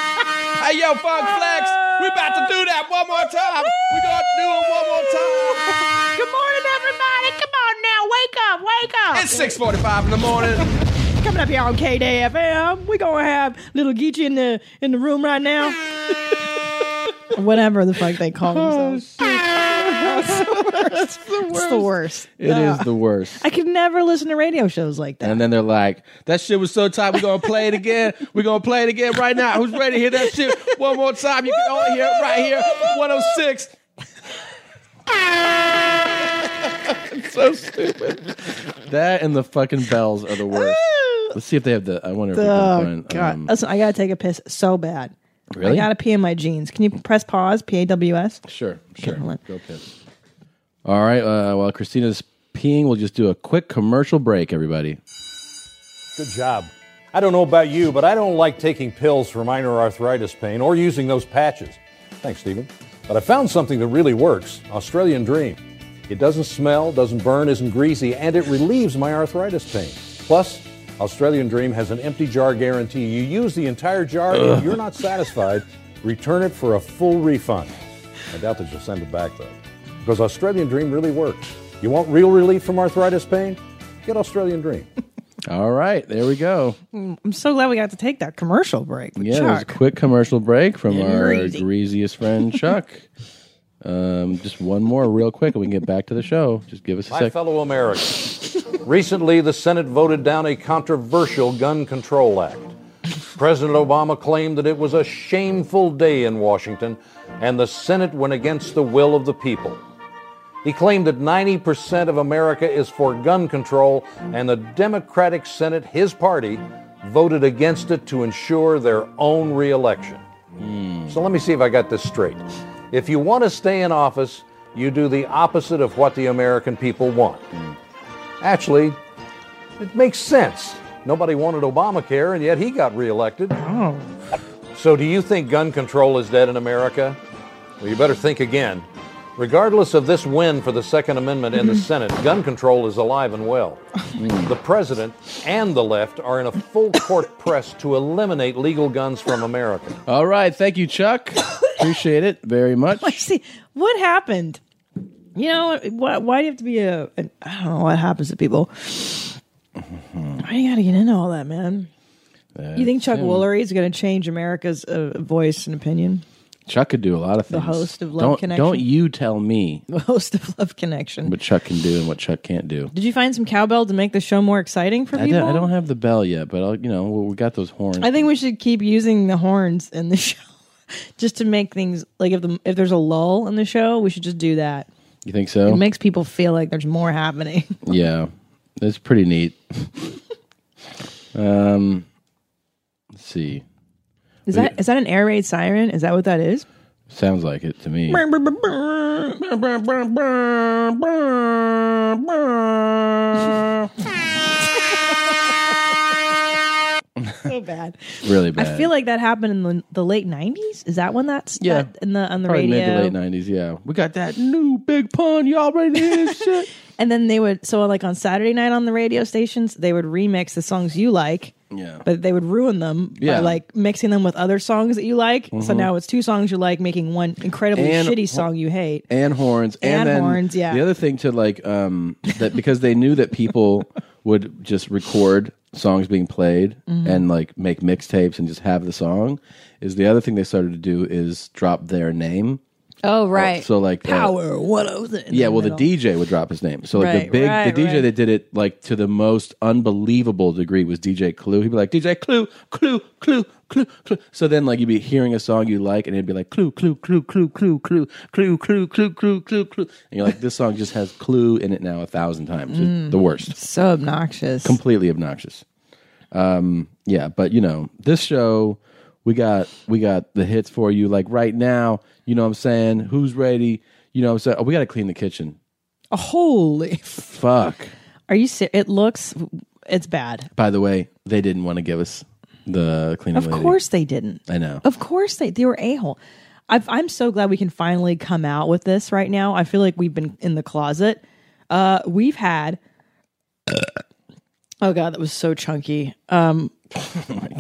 Hey, yo, Funk Flex, we about to do that one more time. We gonna do it one more time.
Good morning, everybody. Come on now, wake up, wake up.
It's 6:45 in the morning.
Coming up here on KDFM, we gonna have little Geechee in the in the room right now. Whatever the fuck they call themselves. it's Oh, the worst. It's the worst.
It is the worst.
I could never listen to radio shows like that.
And then they're like, "That shit was so tight. We gonna play it again. We gonna play it again right now. Who's ready to hear that shit one more time? You can only hear it right here, 106." It's so stupid. That and the fucking bells are the worst. Let's see if they have the. I wonder if we
Oh,
can find.
God. Listen, I gotta take a piss so bad.
Um, Really?
I gotta pee in my jeans. Can you press pause? P A W S.
Sure, sure. Go piss. All right. Uh, while Christina's peeing, we'll just do a quick commercial break, everybody.
Good job. I don't know about you, but I don't like taking pills for minor arthritis pain or using those patches. Thanks, Stephen. But I found something that really works Australian Dream. It doesn't smell, doesn't burn, isn't greasy, and it relieves my arthritis pain. Plus, Australian Dream has an empty jar guarantee. You use the entire jar, and if you're not satisfied, return it for a full refund. I doubt that you'll send it back, though. Because Australian Dream really works. You want real relief from arthritis pain? Get Australian Dream.
All right, there we go.
Mm, I'm so glad we got to take that commercial break. with
Yeah, there's a
Chuck.
quick commercial break from
Yeah,
our
greasy.
greasiest friend Chuck. um, just one more, real quick, and we can get back to the show. Just give us a
My
sec.
fellow Americans, recently the Senate voted down a controversial gun control act. President Obama claimed that it was a shameful day in Washington, and the Senate went against the will of the people. He claimed that 90% of America is for gun control, and the Democratic Senate, his party, voted against it to ensure their own reelection. So let me see if I got this straight. If you want to stay in office, you do the opposite of what the American people want. Actually, it makes sense. Nobody wanted Obamacare, and yet he got reelected. Oh. So do you think gun control is dead in America? Well, you better think again. Regardless of this win for the Second Amendment in the Senate, gun control is alive and well. the president and the left are in a full court press to eliminate legal guns from America.
All right, thank you, Chuck. Appreciate it very much.
See what happened. You know why? Why do you have to be a? An, I don't know what happens to people. Why do you got to get into all that, man? you think Chuck
him.
Woolery is going to change America's uh, voice and opinion?
Chuck could do a lot of
The
things.
host of Love
don't,
Connection.
Don't you tell me
The host of Love Connection.
what Chuck can do and what Chuck can't do.
Did you find some cowbell to make the show more exciting for
I
people?
don't, I don't have the bell yet, but I'll, you know we we got those horns.
I think we should keep using the horns in the show, just to make things like if the if there's a lull in the show, we should just do that.
you think so?
It makes people feel like there's more happening.
Yeah, that's pretty neat. um, let's see.
Is
We-
that is that an air raid siren? Is that what that is?
Sounds like it to me.
so bad.
Really bad.
I feel like that happened in the, the late '90s. Is that when that's
Yeah.
that- in the on the
Probably
radio?
mid to late nineties. Yeah, we got that new big pun. Y'all ready to hear this shit?
and then they would so like on Saturday night on the radio stations, they would remix the songs you like.
Yeah.
But they would ruin them
Yeah.
by like mixing them with other songs that you like. So
Mhm.
now it's two songs you like making one incredibly
And-
shitty song you hate.
and horns and,
And
then
horns, yeah.
the other thing to like um that because they knew that people would just record songs being played
Mhm.
and like make mixtapes and just have the song is the other thing they started to do is drop their name
Oh, right.
So like uh,
Power 100.
Yeah, well, the DJ would drop his name. So like
Right,
the big,
right,
the DJ
right.
that did it like to the most unbelievable degree was DJ Clue. He'd be like DJ Clue, Clue, Clue, Clue, Clue. So then like you'd be hearing a song you like, and it'd be like Clue, Clue, Clue, Clue, Clue, Clue, Clue, Clue, Clue, Clue, Clue, Clue. And you're like, this song just has Clue in it now a thousand times. It's
Mm.
the worst.
So obnoxious.
Completely obnoxious. Um, yeah, but you know this show. We got we got the hits for you like right now. You know what I'm saying? Who's ready? You know what I'm saying? Oh, we got to clean the kitchen.
Holy
Fuck.
Are you serious? It looks, it's bad.
By the way, they didn't want to give us the cleaning.
Of
lady.
course they didn't.
I know.
Of course they they were a hole. I've, I'm so glad we can finally come out with this right now. I feel like we've been in the closet. Uh, we've had. Oh god, that was so chunky. Um,
Oh,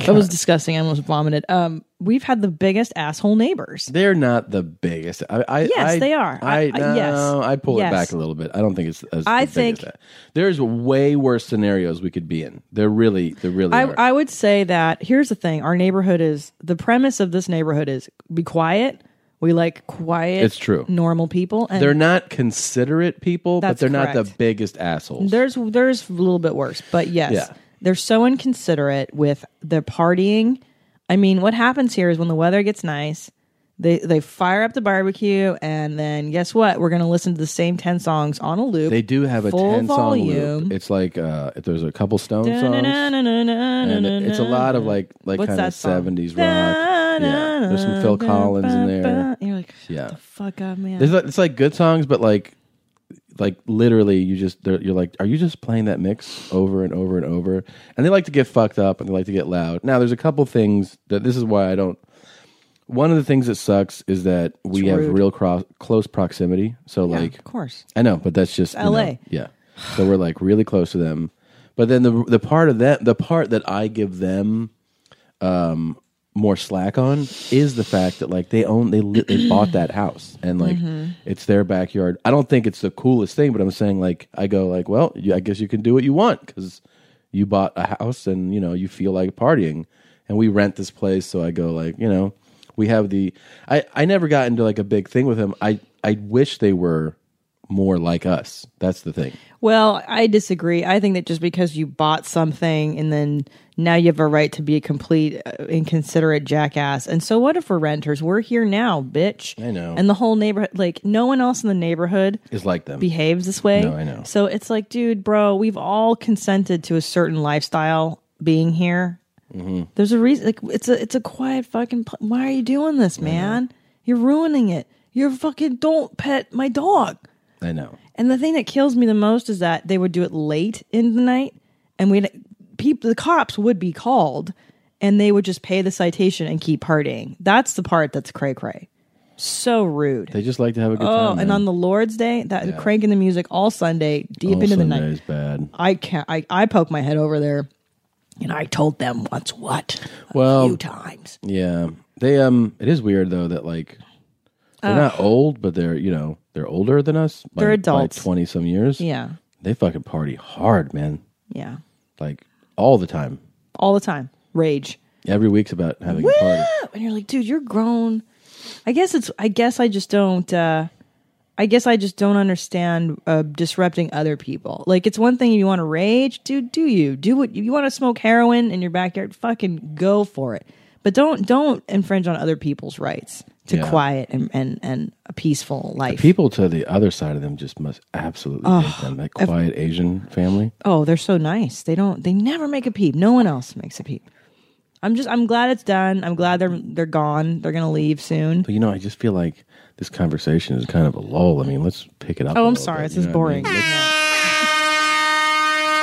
that was disgusting. I almost vomited. Um, we've had the biggest asshole neighbors.
They're not the biggest. I, I
Yes,
I-
they are. I-
I,
I-
no,
yes.
I pull
Yes.
it back a little bit. I don't think it's. As,
I
as big as
think-
that. there's way worse scenarios we could be in. There really, there really
I,
are.
I would say that here's the thing. Our neighborhood is the premise of this neighborhood is be quiet. We like quiet.
It's true.
Normal people. And
they're not considerate people, but
That's
they're not the
correct.
biggest assholes.
There's there's a little bit worse, but yes,
Yeah.
they're so inconsiderate with their partying. I mean, what happens here is when the weather gets nice, they they fire up the barbecue, and then guess what? We're gonna listen to the same ten songs on a loop.
They do have a
full
ten song
volume.
loop. It's like uh, if there's a couple Stone songs, and it- it's
It's
a lot of like like
What's
kind of
that song?
seventies rock. Yeah, there's some Phil Collins in there.
You're like, shut
Yeah.
the fuck up, man.
There's like, it's like good songs, but like, like literally, you just they're- you're like, are you just playing that mix over and over and over? And they like to get fucked up and they like to get loud. Now, there's a couple things that this is why I don't. One of the things that sucks is that we
It's
have
rude.
real cro- close proximity. So like,
of course.
I know, but that's just
It's
you know,
LA.
yeah, so we're like really close to them. But then the the part of that the part that I give them um more slack on is the fact that like they own they li- they bought that house and like
Mm-hmm.
Mhm.
it's their backyard. I don't think it's the coolest thing, but I'm saying like I go like, well, you, I guess you can do what you want because you bought a house and you know you feel like partying, and we rent this place. So I go like, you know, we have the. I I never got into like a big thing with him. I I wish they were more like us. That's the thing.
Well, I disagree. I think that just because you bought something and then now you have a right to be a complete uh, inconsiderate jackass. And so what if we're renters? We're here now, bitch.
I know.
And the whole neighborhood, like no one else in the neighborhood
Is like them.
behaves this way.
No, I know.
So it's like, dude, bro, we've all consented to a certain lifestyle being here.
Mhm.
There's a reason. Like it's a it's a quiet fucking. Pl- Why are you doing this, man? You're ruining it. You're fucking don't pet my dog.
I know.
And the thing that kills me the most is that they would do it late in the night, and we people the cops would be called, and they would just pay the citation and keep partying. That's the part that's cray cray. So rude.
They just like to have a good
oh,
time.
and
man.
on the Lord's Day, that
Yeah.
cranking the music all Sunday, deep
All
into the
Sunday
night. Uh,
is bad.
I can't. I I poke my head over there, and I told them once what.
well,
few times.
Yeah, they um. It is weird though that like they're
Ugh.
not old, but they're you know they're older than us.
They're adults.
twenty some years.
Yeah,
they fucking party hard, man.
yeah,
Like all the time.
all the time. Rage.
Every week's about having a party.
and you're like, dude, you're grown. I guess it's. I guess I just don't. uh I guess I just don't understand uh, disrupting other people. Like it's one thing you want to rage, dude. Do you do what you want to smoke heroin in your backyard? Fucking go for it. But don't don't infringe on other people's rights to
Yeah.
quiet and, and and a peaceful life.
People to the other side of them just must absolutely hate
Ugh,
them. That
I've-
quiet Asian family.
Oh, they're so nice. They don't. They never make a peep. No one else makes a peep. I'm just. I'm glad it's done. I'm glad they're they're gone. They're gonna leave soon.
But you know, I just feel like this conversation is kind of a lull. I mean, let's pick it up.
Oh,
a
I'm
little
sorry.
bit,
This
you
is
know what I
boring.
mean?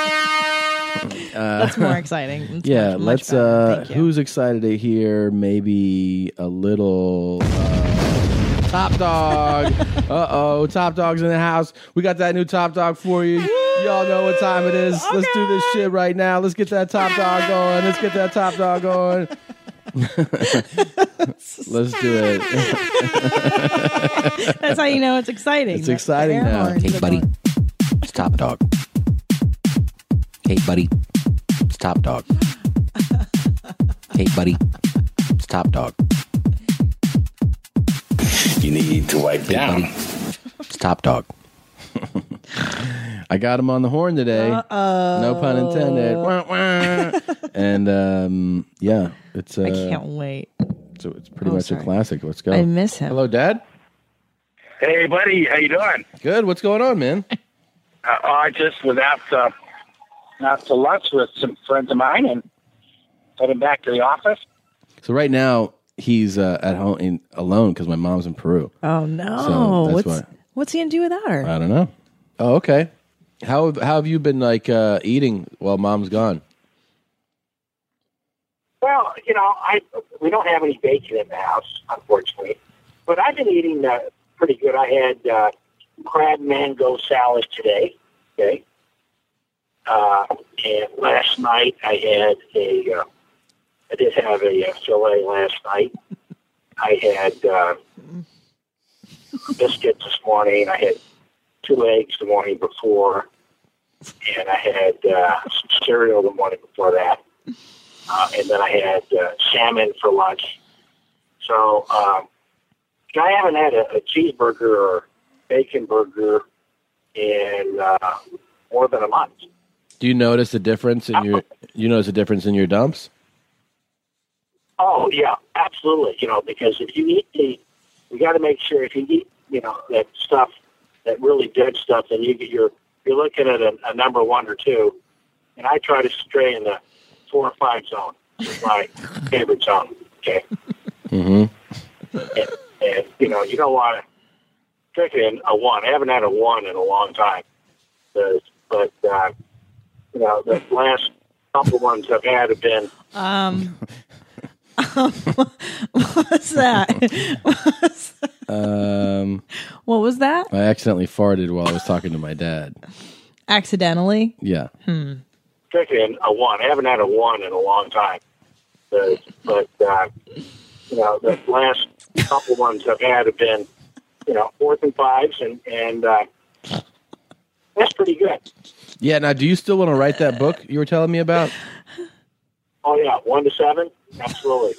Let's- uh,
That's more exciting. That's
yeah,
much, much
let's.
better.
uh Who's excited to hear maybe a little? Uh, Top dog. uh oh, Top Dog's in the house. We got that new Top Dog for you. Y'all know what time it is. Let's do this shit right now. Let's get that Top Dog going. Let's get that Top Dog going. Let's do it.
That's how you know it's exciting.
It's exciting
Air
now.
horns.
Hey, buddy.
It's Top Dog. Hey, buddy. It's Top Dog. hey, buddy. It's Top Dog.
you need to wipe down.
It's top dog.
I got him on the horn today. No pun intended. Wah, wah. and um, yeah, it's uh,
I can't wait.
So it's pretty
Oh,
much
sorry.
a classic. Let's go.
I miss him.
Hello, Dad.
Hey, buddy, how you doing?
Good. What's going on, man?
Uh, I just was out to, out to lunch with some friends of mine and heading back to the office.
So right now he's uh, at home in, alone because my mom's in Peru.
Oh no!
So that's
what's
why- Uh,
what's he gonna do without her?
I don't know. Oh, okay. How how have you been like uh, eating while mom's gone?
Well, you know, I we don't have any bacon in the house, unfortunately, but I've been eating uh, pretty good. I had uh, crab mango salad today. Okay, uh, and last night I had a. Uh, I did have a uh, fillet last night. I had uh, biscuits this morning. I had two eggs the morning before, and I had uh, some cereal the morning before that uh, and then I had uh, salmon for lunch. So um, I haven't had a, a cheeseburger or bacon burger in uh, more than a month.
Do you notice a difference in your you notice a difference in your dumps?
Oh yeah, absolutely. You know, because if you eat the, you got to make sure if you eat, you know, that stuff, that really good stuff, then you get your, you're looking at a, a number one or two, and I try to stray in the four or five zone, is my favorite zone. Okay.
Mm-hmm.
and, and you know you don't want to drink it in a one. I haven't had a one in a long time, but, but uh, you know the last couple ones I've had have been
Um, um, what's that?
Um,
what was that?
I accidentally farted while I was talking to my dad.
Accidentally?
Yeah.
Hmm.
drinking a one. I haven't had a one in a long time, but, but uh, you know the last couple ones I've had have been you know fourth and fives, and and uh, that's pretty good.
Yeah. Now, do you still want to write that book you were telling me about?
Oh yeah, one to seven, absolutely.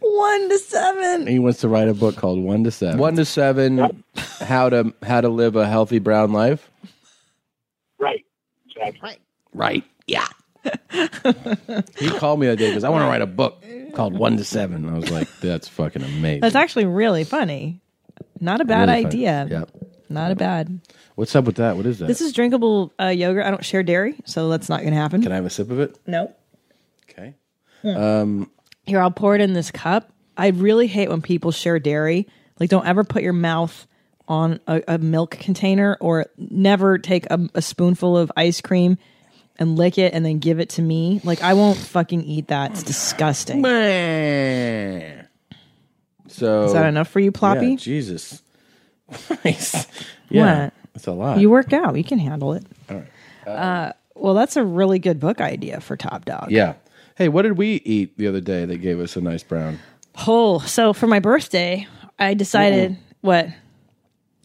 One to seven.
He wants to write a book called One to Seven. One to Seven: How to How to Live a Healthy Brown Life.
Right. Exactly. Right.
Right. Yeah. he called me that day because I want to write a book called One to Seven. I was like, that's fucking amazing.
That's actually really funny. Not a bad
Really funny.
idea.
Yep.
Not a bad.
What's up with that? What is that?
This is drinkable uh, yogurt. I don't share dairy, so that's not going to happen.
Can I have a sip of it?
No.
Okay.
Hmm.
Um,
Here, I'll pour it in this cup. I really hate when people share dairy. Like, don't ever put your mouth on a, a milk container or never take a, a spoonful of ice cream and lick it and then give it to me. Like, I won't fucking eat that. It's disgusting.
so
Is that enough for you, Ploppy?
Yeah, Jesus. Christ. Yeah.
What?
It's a lot.
You worked out. You can handle it.
All right.
Uh, well, that's a really good book idea for Top Dog.
Yeah. Hey, what did we eat the other day that gave us a nice brown?
Oh, so for my birthday, I decided what?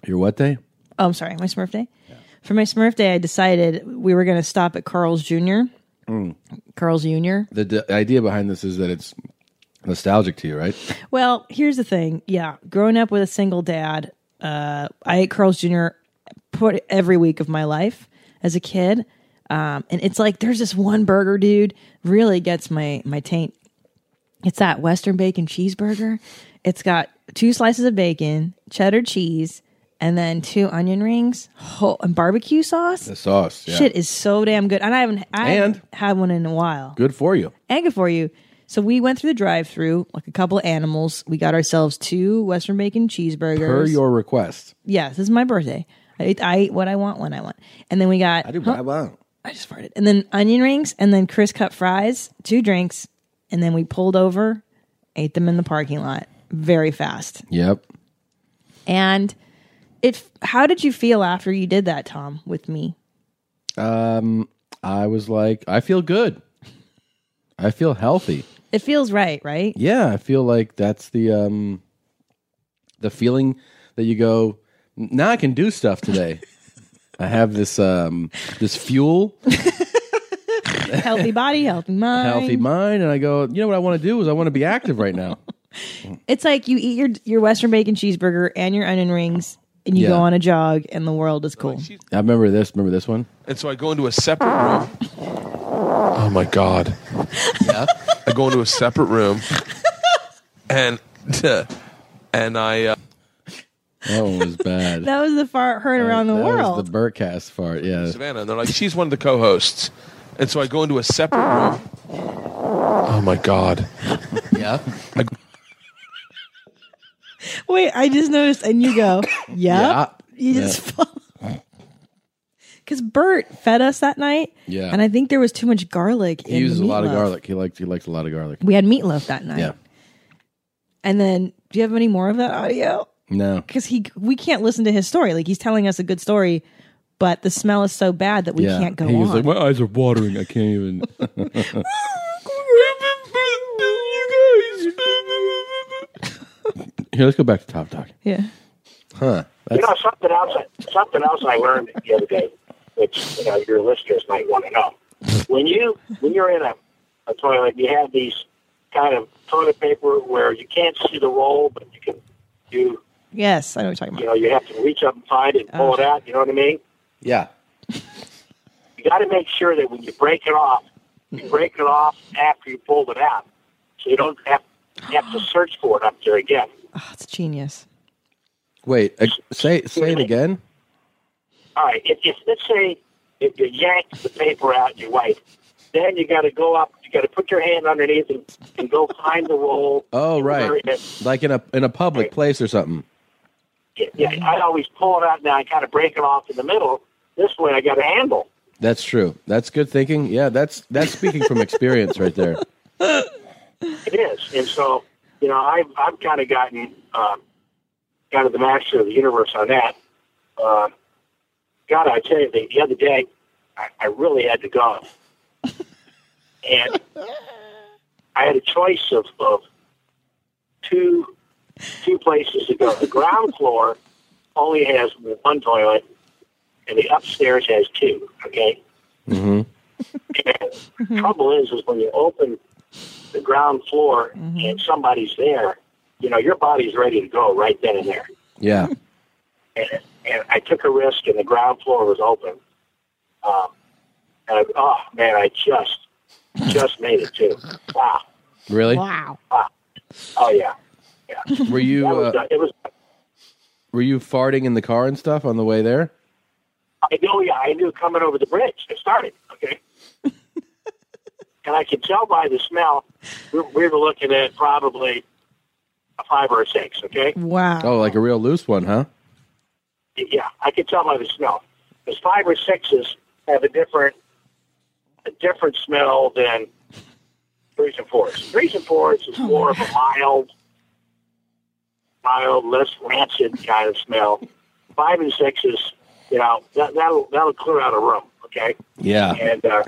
Your what day?
Oh, I'm sorry, my Smurf day. For my Smurf day, I decided we were going to stop at Carl's Jr.
Mm.
Carl's Jr.
The d- idea behind this is that it's nostalgic to you, right?
Well, here's the thing. Yeah, growing up with a single dad, uh, I ate Carl's Jr. put every week of my life as a kid, um, and it's like there's this one burger, dude, really gets my my taint. It's that Western bacon cheeseburger. It's got two slices of bacon, cheddar cheese, and then two onion rings, oh, and barbecue sauce.
The sauce. Yeah.
Shit is so damn good, and I haven't I
And-
haven't had one in a while
Good for you.
and good for you. So we went through the drive-through, like a couple of animals. We got ourselves two Western bacon cheeseburgers.
Per your request.
yes, this is my birthday. I ate, I ate what I want when I want, and then we got I do
I want.
I just farted, and then onion rings, and then Chris cut fries, two drinks, and then we pulled over, ate them in the parking lot very fast.
Yep.
And it, how did you feel after you did that, Tom, with me?
Um, I was like, I feel good. I feel healthy.
It feels right, right?
Yeah, I feel like that's the um the feeling that you go now I can do stuff today. I have this um this fuel,
healthy body, healthy mind.
healthy mind and I go, you know what I want to do is I want to be active right now.
It's like you eat your your Western bacon cheeseburger and your onion rings, and you
Yeah.
go on a jog, and the world is cool.
I remember this. Remember this one?
And so I go into a separate room. Oh my god. Yeah. I go into a separate room, and and I. Uh,
That one was bad.
That was the fart heard around the
that
world.
was the Burkcast fart. Yeah.
Savannah, and they're like, she's one of the co-hosts. And so I go into a separate room. Oh my god. Yeah. I,
Wait, I just noticed, and you go, yeah. You
Yeah.
just because Bert fed us that night.
Yeah.
and I think there was too much garlic.
He
in
uses a lot of
meatloaf.
garlic. He likes he likes a lot of garlic.
We had meatloaf that night.
Yeah.
And then, do you have any more of that audio?
No.
Because he, we can't listen to his story. Like he's telling us a good story, but the smell is so bad that we
yeah.
can't go
he was
on.
like, my eyes are watering. I can't even. Here, let's go back to Top Dog.
Yeah.
Huh.
You
That's,
know, something else, I- something else I learned the other day, which you know, your listeners might want to know. When you when you're in a, a toilet, you have these kind of toilet paper where you can't see the roll, but you can you
yes, I know what you're talking
you
about.
know you have to reach up and find it, and pull it out. You know what I mean?
yeah.
You got to make sure that when you break it off, you break it off after you pulled it out, so you don't have have to search for it up there again.
Oh, it's genius.
Wait. Uh, say say it again.
All right. If, if let's say if you yank the paper out, you wipe. Then you got to go up. You got to put your hand underneath and, and go find the roll.
Oh right.
Yeah,
Like in a in a public place or something.
yeah, I always pull it out now. I kind of break it off in the middle. This way, I got a handle.
That's true. That's good thinking. Yeah. That's that's speaking from experience right there.
It is, and so you know, I've I've kind of gotten um, kind of the master of the universe on that. Uh, God, I tell you, the, the other day, I, I really had to go, and I had a choice of, of two two places to go. The ground floor only has one toilet, and the upstairs has two. Okay.
Mm-hmm.
And trouble is, is when you open the ground floor and somebody's there, you know, your body's ready to go right then and there.
Yeah.
And, and I took a risk, and the ground floor was open. Um, and I, oh man, I just just made it too. Wow.
Really?
Wow.
Oh yeah. Yeah.
Were you,
That was,
uh,
uh, it was.
Were you farting in the car and stuff on the way there?
I know. Yeah, I knew coming over the bridge. It started. Okay. and I could tell by the smell. We're, we're looking at probably a five or a six. Okay.
Wow.
Oh, like a real loose one, huh?
Yeah, I could tell by the smell. Because five or sixes have a different a different smell than threes and fours. Threes and fours is
Oh,
more of a mild, mild, less rancid kind of smell. Five and sixes, you know, that, that'll that'll clear out a room. Okay.
Yeah.
And uh,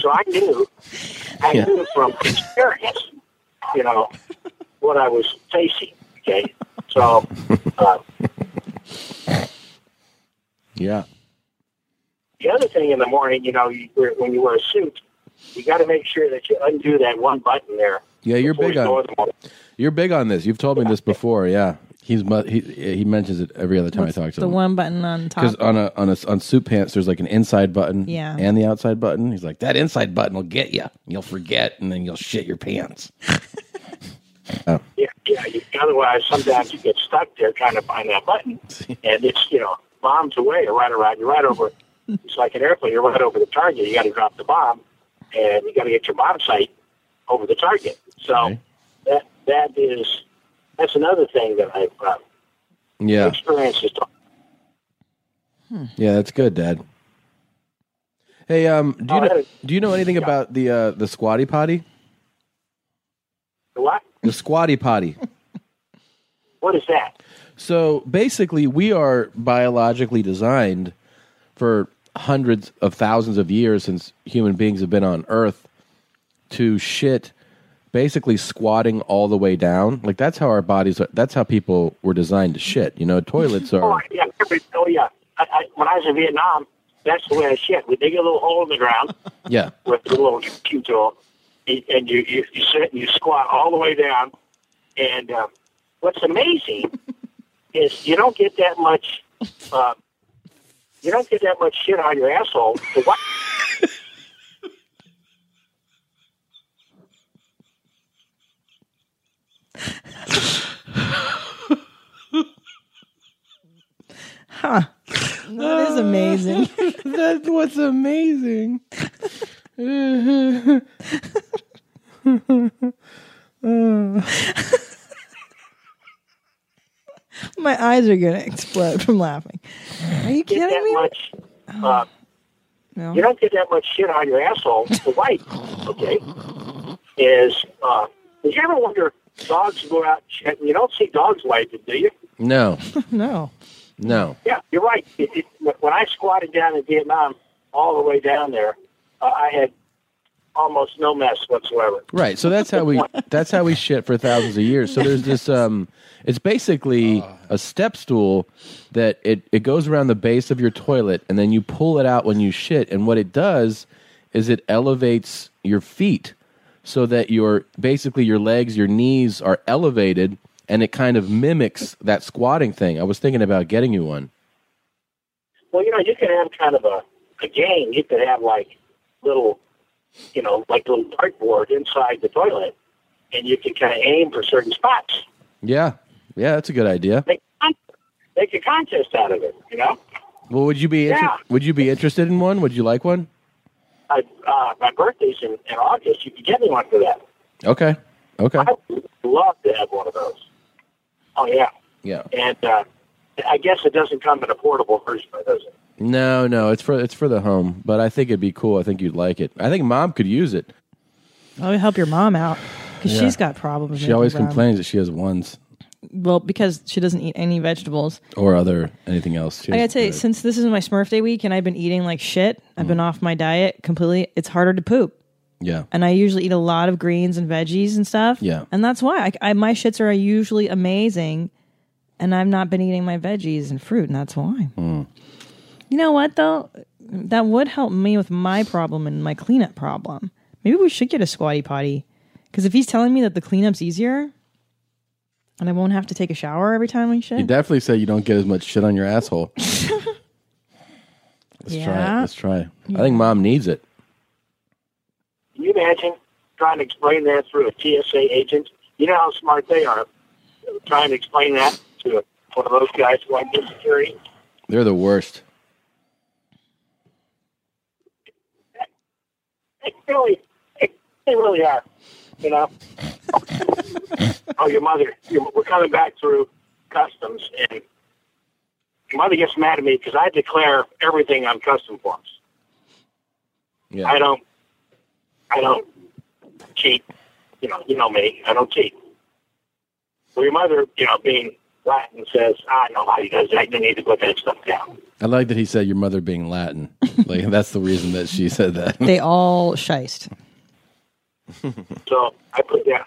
so I knew, I
Yeah.
knew from experience, you know, what I was facing. Okay. So. Uh,
Yeah.
the other thing in the morning, you know, you, wear- when you wear a suit, you got to make sure that you undo that one button there.
Yeah, you're
before
big
you go in
on
the morning.
you're big on this. You've told me this before. Yeah, he's mu- he he mentions it every other time I talk to
The
him.
one button on
Because
top.
on a on a on suit pants, there's like an inside button,
Yeah.
and the outside button. He's like, that inside button will get you. You'll forget, and then you'll shit your pants. Oh.
Yeah, yeah. You, otherwise, sometimes you get stuck there trying to find that button, and it's you know bombs away. You're right around. You're right over. It's like an airplane. You're right over the target. You got to drop the bomb, and you got to get your bomb sight over the target. So that that is that's another thing that I've uh,
Yeah,
experienced. is-
yeah, that's good, Dad. Hey, um,
Oh,
do you know, do you know anything about the uh, the squatty potty?
The what?
The squatty potty.
What is that?
So basically, we are biologically designed for hundreds of thousands of years since human beings have been on Earth to shit basically squatting all the way down. Like that's how our bodies are, that's how people were designed to shit. You know, toilets
Oh,
are.
yeah. every- Oh, yeah. I, I, when I was in Vietnam, that's the way I shit. We dig a little hole in the ground
Yeah.
with a little Q tool, and and you, you, you sit and you squat all the way down, And um, what's amazing is you don't get that much. Uh, you don't get that much shit on your asshole. The white-
Huh. That is amazing.
That's what's amazing.
My eyes are going to explode from laughing. Are you
get that
kidding me?
much. Uh,
No.
You don't get that much shit on your asshole. The white, okay, is. Uh, did you ever wonder dogs go out? And you don't see dogs wiping, do you?
No,
no.
no.
Yeah, you're right. It, it, when I squatted down in Vietnam, all the way down there, uh, I had almost no mess whatsoever.
Right. So that's how we that's how we shit for thousands of years. So there's this um it's basically a step stool that it, it goes around the base of your toilet and then you pull it out when you shit and what it does is it elevates your feet so that your basically your legs, your knees are elevated and it kind of mimics that squatting thing. I was thinking about getting you one.
Well, you know, you could have kind of a, a game. You could have like little, you know, like little dartboard inside the toilet, and you could kind of aim for certain spots.
Yeah. Yeah, that's a good idea.
Make con- make a contest out of it. You know,
Well, would you be inter-
Yeah.
would you be interested in one? Would you like one?
I, uh, my birthday's in, in August. You could get me one for that.
Okay. Okay.
Love to have one of those. Oh yeah,
Yeah.
and uh, I guess it doesn't come in a portable version, does it?
No, no, it's for it's for the home, but I think it'd be cool. I think you'd like it. I think mom could use it.
I would help your mom out because
Yeah.
she's got problems.
She
making
always
ramen.
complains that she has ones
Well, because she doesn't eat any vegetables.
or other anything else. She
I gotta
has-
tell you, since this is my Smurf Day week and I've been eating like shit,
Mm.
I've been off my diet completely. It's harder to poop,
yeah.
and I usually eat a lot of greens and veggies and stuff.
Yeah.
and that's why I, I my shits are usually amazing, and I've not been eating my veggies and fruit, and that's why.
Mm.
You know what though? That would help me with my problem and my cleanup problem. Maybe we should get a squatty potty, because if he's telling me that the cleanup's easier, and I won't have to take a shower every time we shit.
You definitely say you don't get as much shit on your asshole. Let's try
yeah.
it. Let's try. it. I think mom needs it.
Can you imagine trying to explain that through a TSA agent? You know how smart they are trying to explain that to one of those guys going through security.
They're the worst.
They really, they really are. You know. oh, your mother. Your, we're coming back through customs, and your mother gets mad at me because I declare everything on custom forms.
Yeah.
I don't. I don't cheat. You know. You know me. I don't cheat. Well, your mother, you know, being Latin, says, "I know how you guys. I need to put that stuff down."
I like that he said your mother being Latin. like that's the reason that she said that.
they all shiced.
So I put down,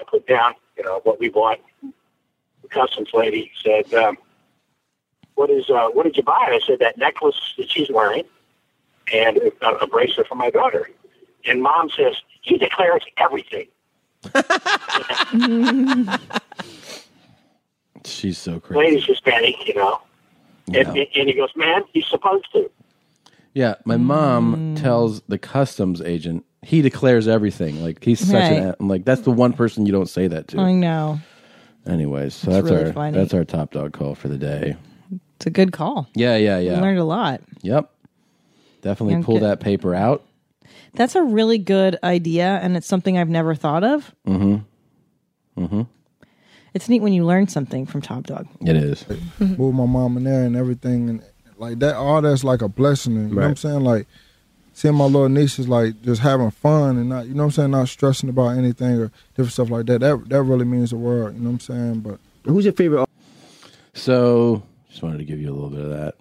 I put down, you know, what we bought. The customs lady said, um, "What is? Uh, what did you buy?" And I said, "That necklace that she's wearing, and a, a bracelet for my daughter." And mom says, "He declares everything."
She's so crazy.
Lady's Hispanic, you know. And, and he goes, "Man, he's supposed to."
Yeah, my mom
Mm.
tells the customs agent he declares everything. Like he's such an.
Right. Oh,
a- I'm like that's the one person you don't say that to.
I know.
Anyways, so
That's
that's,
really
our
funny.
that's our top dog call for the day.
It's a good call.
Yeah, yeah,
We
yeah.
learned a lot.
Yep. Definitely
Yeah,
pull
good.
that paper out.
That's a really good idea, and it's something I've never thought of.
Mm-hmm. Mm-hmm.
It's neat when you learn something from Top Dog.
It is.
Move my mom in there and everything, and like that. All that's like a blessing. You know what I'm
Right.
saying? Like seeing my little nieces like just having fun and not, you know what I'm saying, not stressing about anything or different stuff like that. That that really means the world. You know what I'm saying? But who's your favorite?
So just wanted to give you a little bit of that.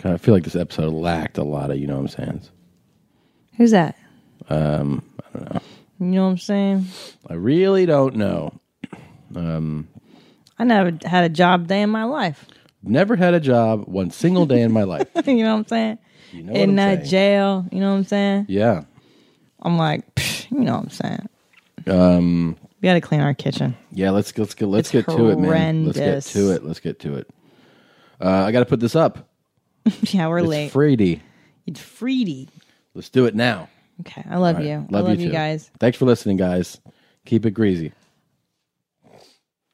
Kind of feel like this episode lacked a lot of you know what I'm saying.
Who's that?
Um, I don't know.
You know what I'm saying?
I really don't know. Um,
I never had a job day in my life.
never had a job one single day in my life.
you know what I'm saying?
know what
in
I'm
that
saying.
jail. You know what I'm saying?
Yeah.
I'm like, psh, you know what I'm saying?
Um,
We got to clean our kitchen.
Yeah, let's let's get let's
It's
get to it, man. Let's get
horrendous.
to it. Let's get to it. Uh, I got to put this up.
yeah, we're
it's
late.
Friday.
It's Freedy.
Let's do it now.
Okay, I love
All right.
you. I love you,
too.
guys.
Thanks for listening, guys. Keep it greasy.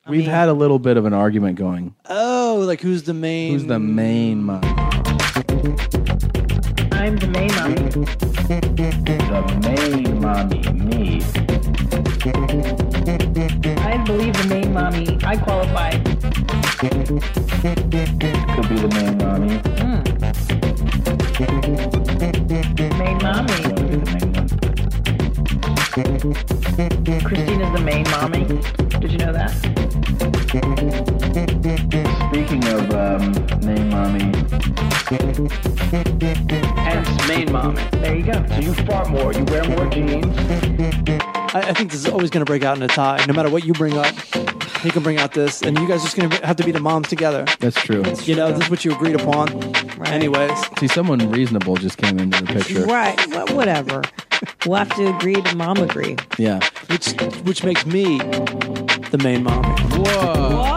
We've had a little bit of an argument going.
Oh, like who's the main?
Who's the main mom?
I'm the main mommy.
The main mommy, me.
I believe the main mommy. I qualify.
Could be the main mommy.
Hmm. Main mommy. Christina's the main mommy. Did you know that?
Speaking of um, main mommy,
Hence, main mommy.
There you go.
So you fart more, you wear more jeans. I, I think this is always going to break out in a tie, no matter what you bring up. He can bring out this, and you guys are just going to have to be the moms together.
that's true.
You know, this is what you agreed upon. Anyways,
See, someone reasonable just came into the picture.
Right. Wha- whatever. we'll have to agree to mom agree.
Yeah.
which which makes me the main mommy.
Oh.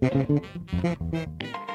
Whoa.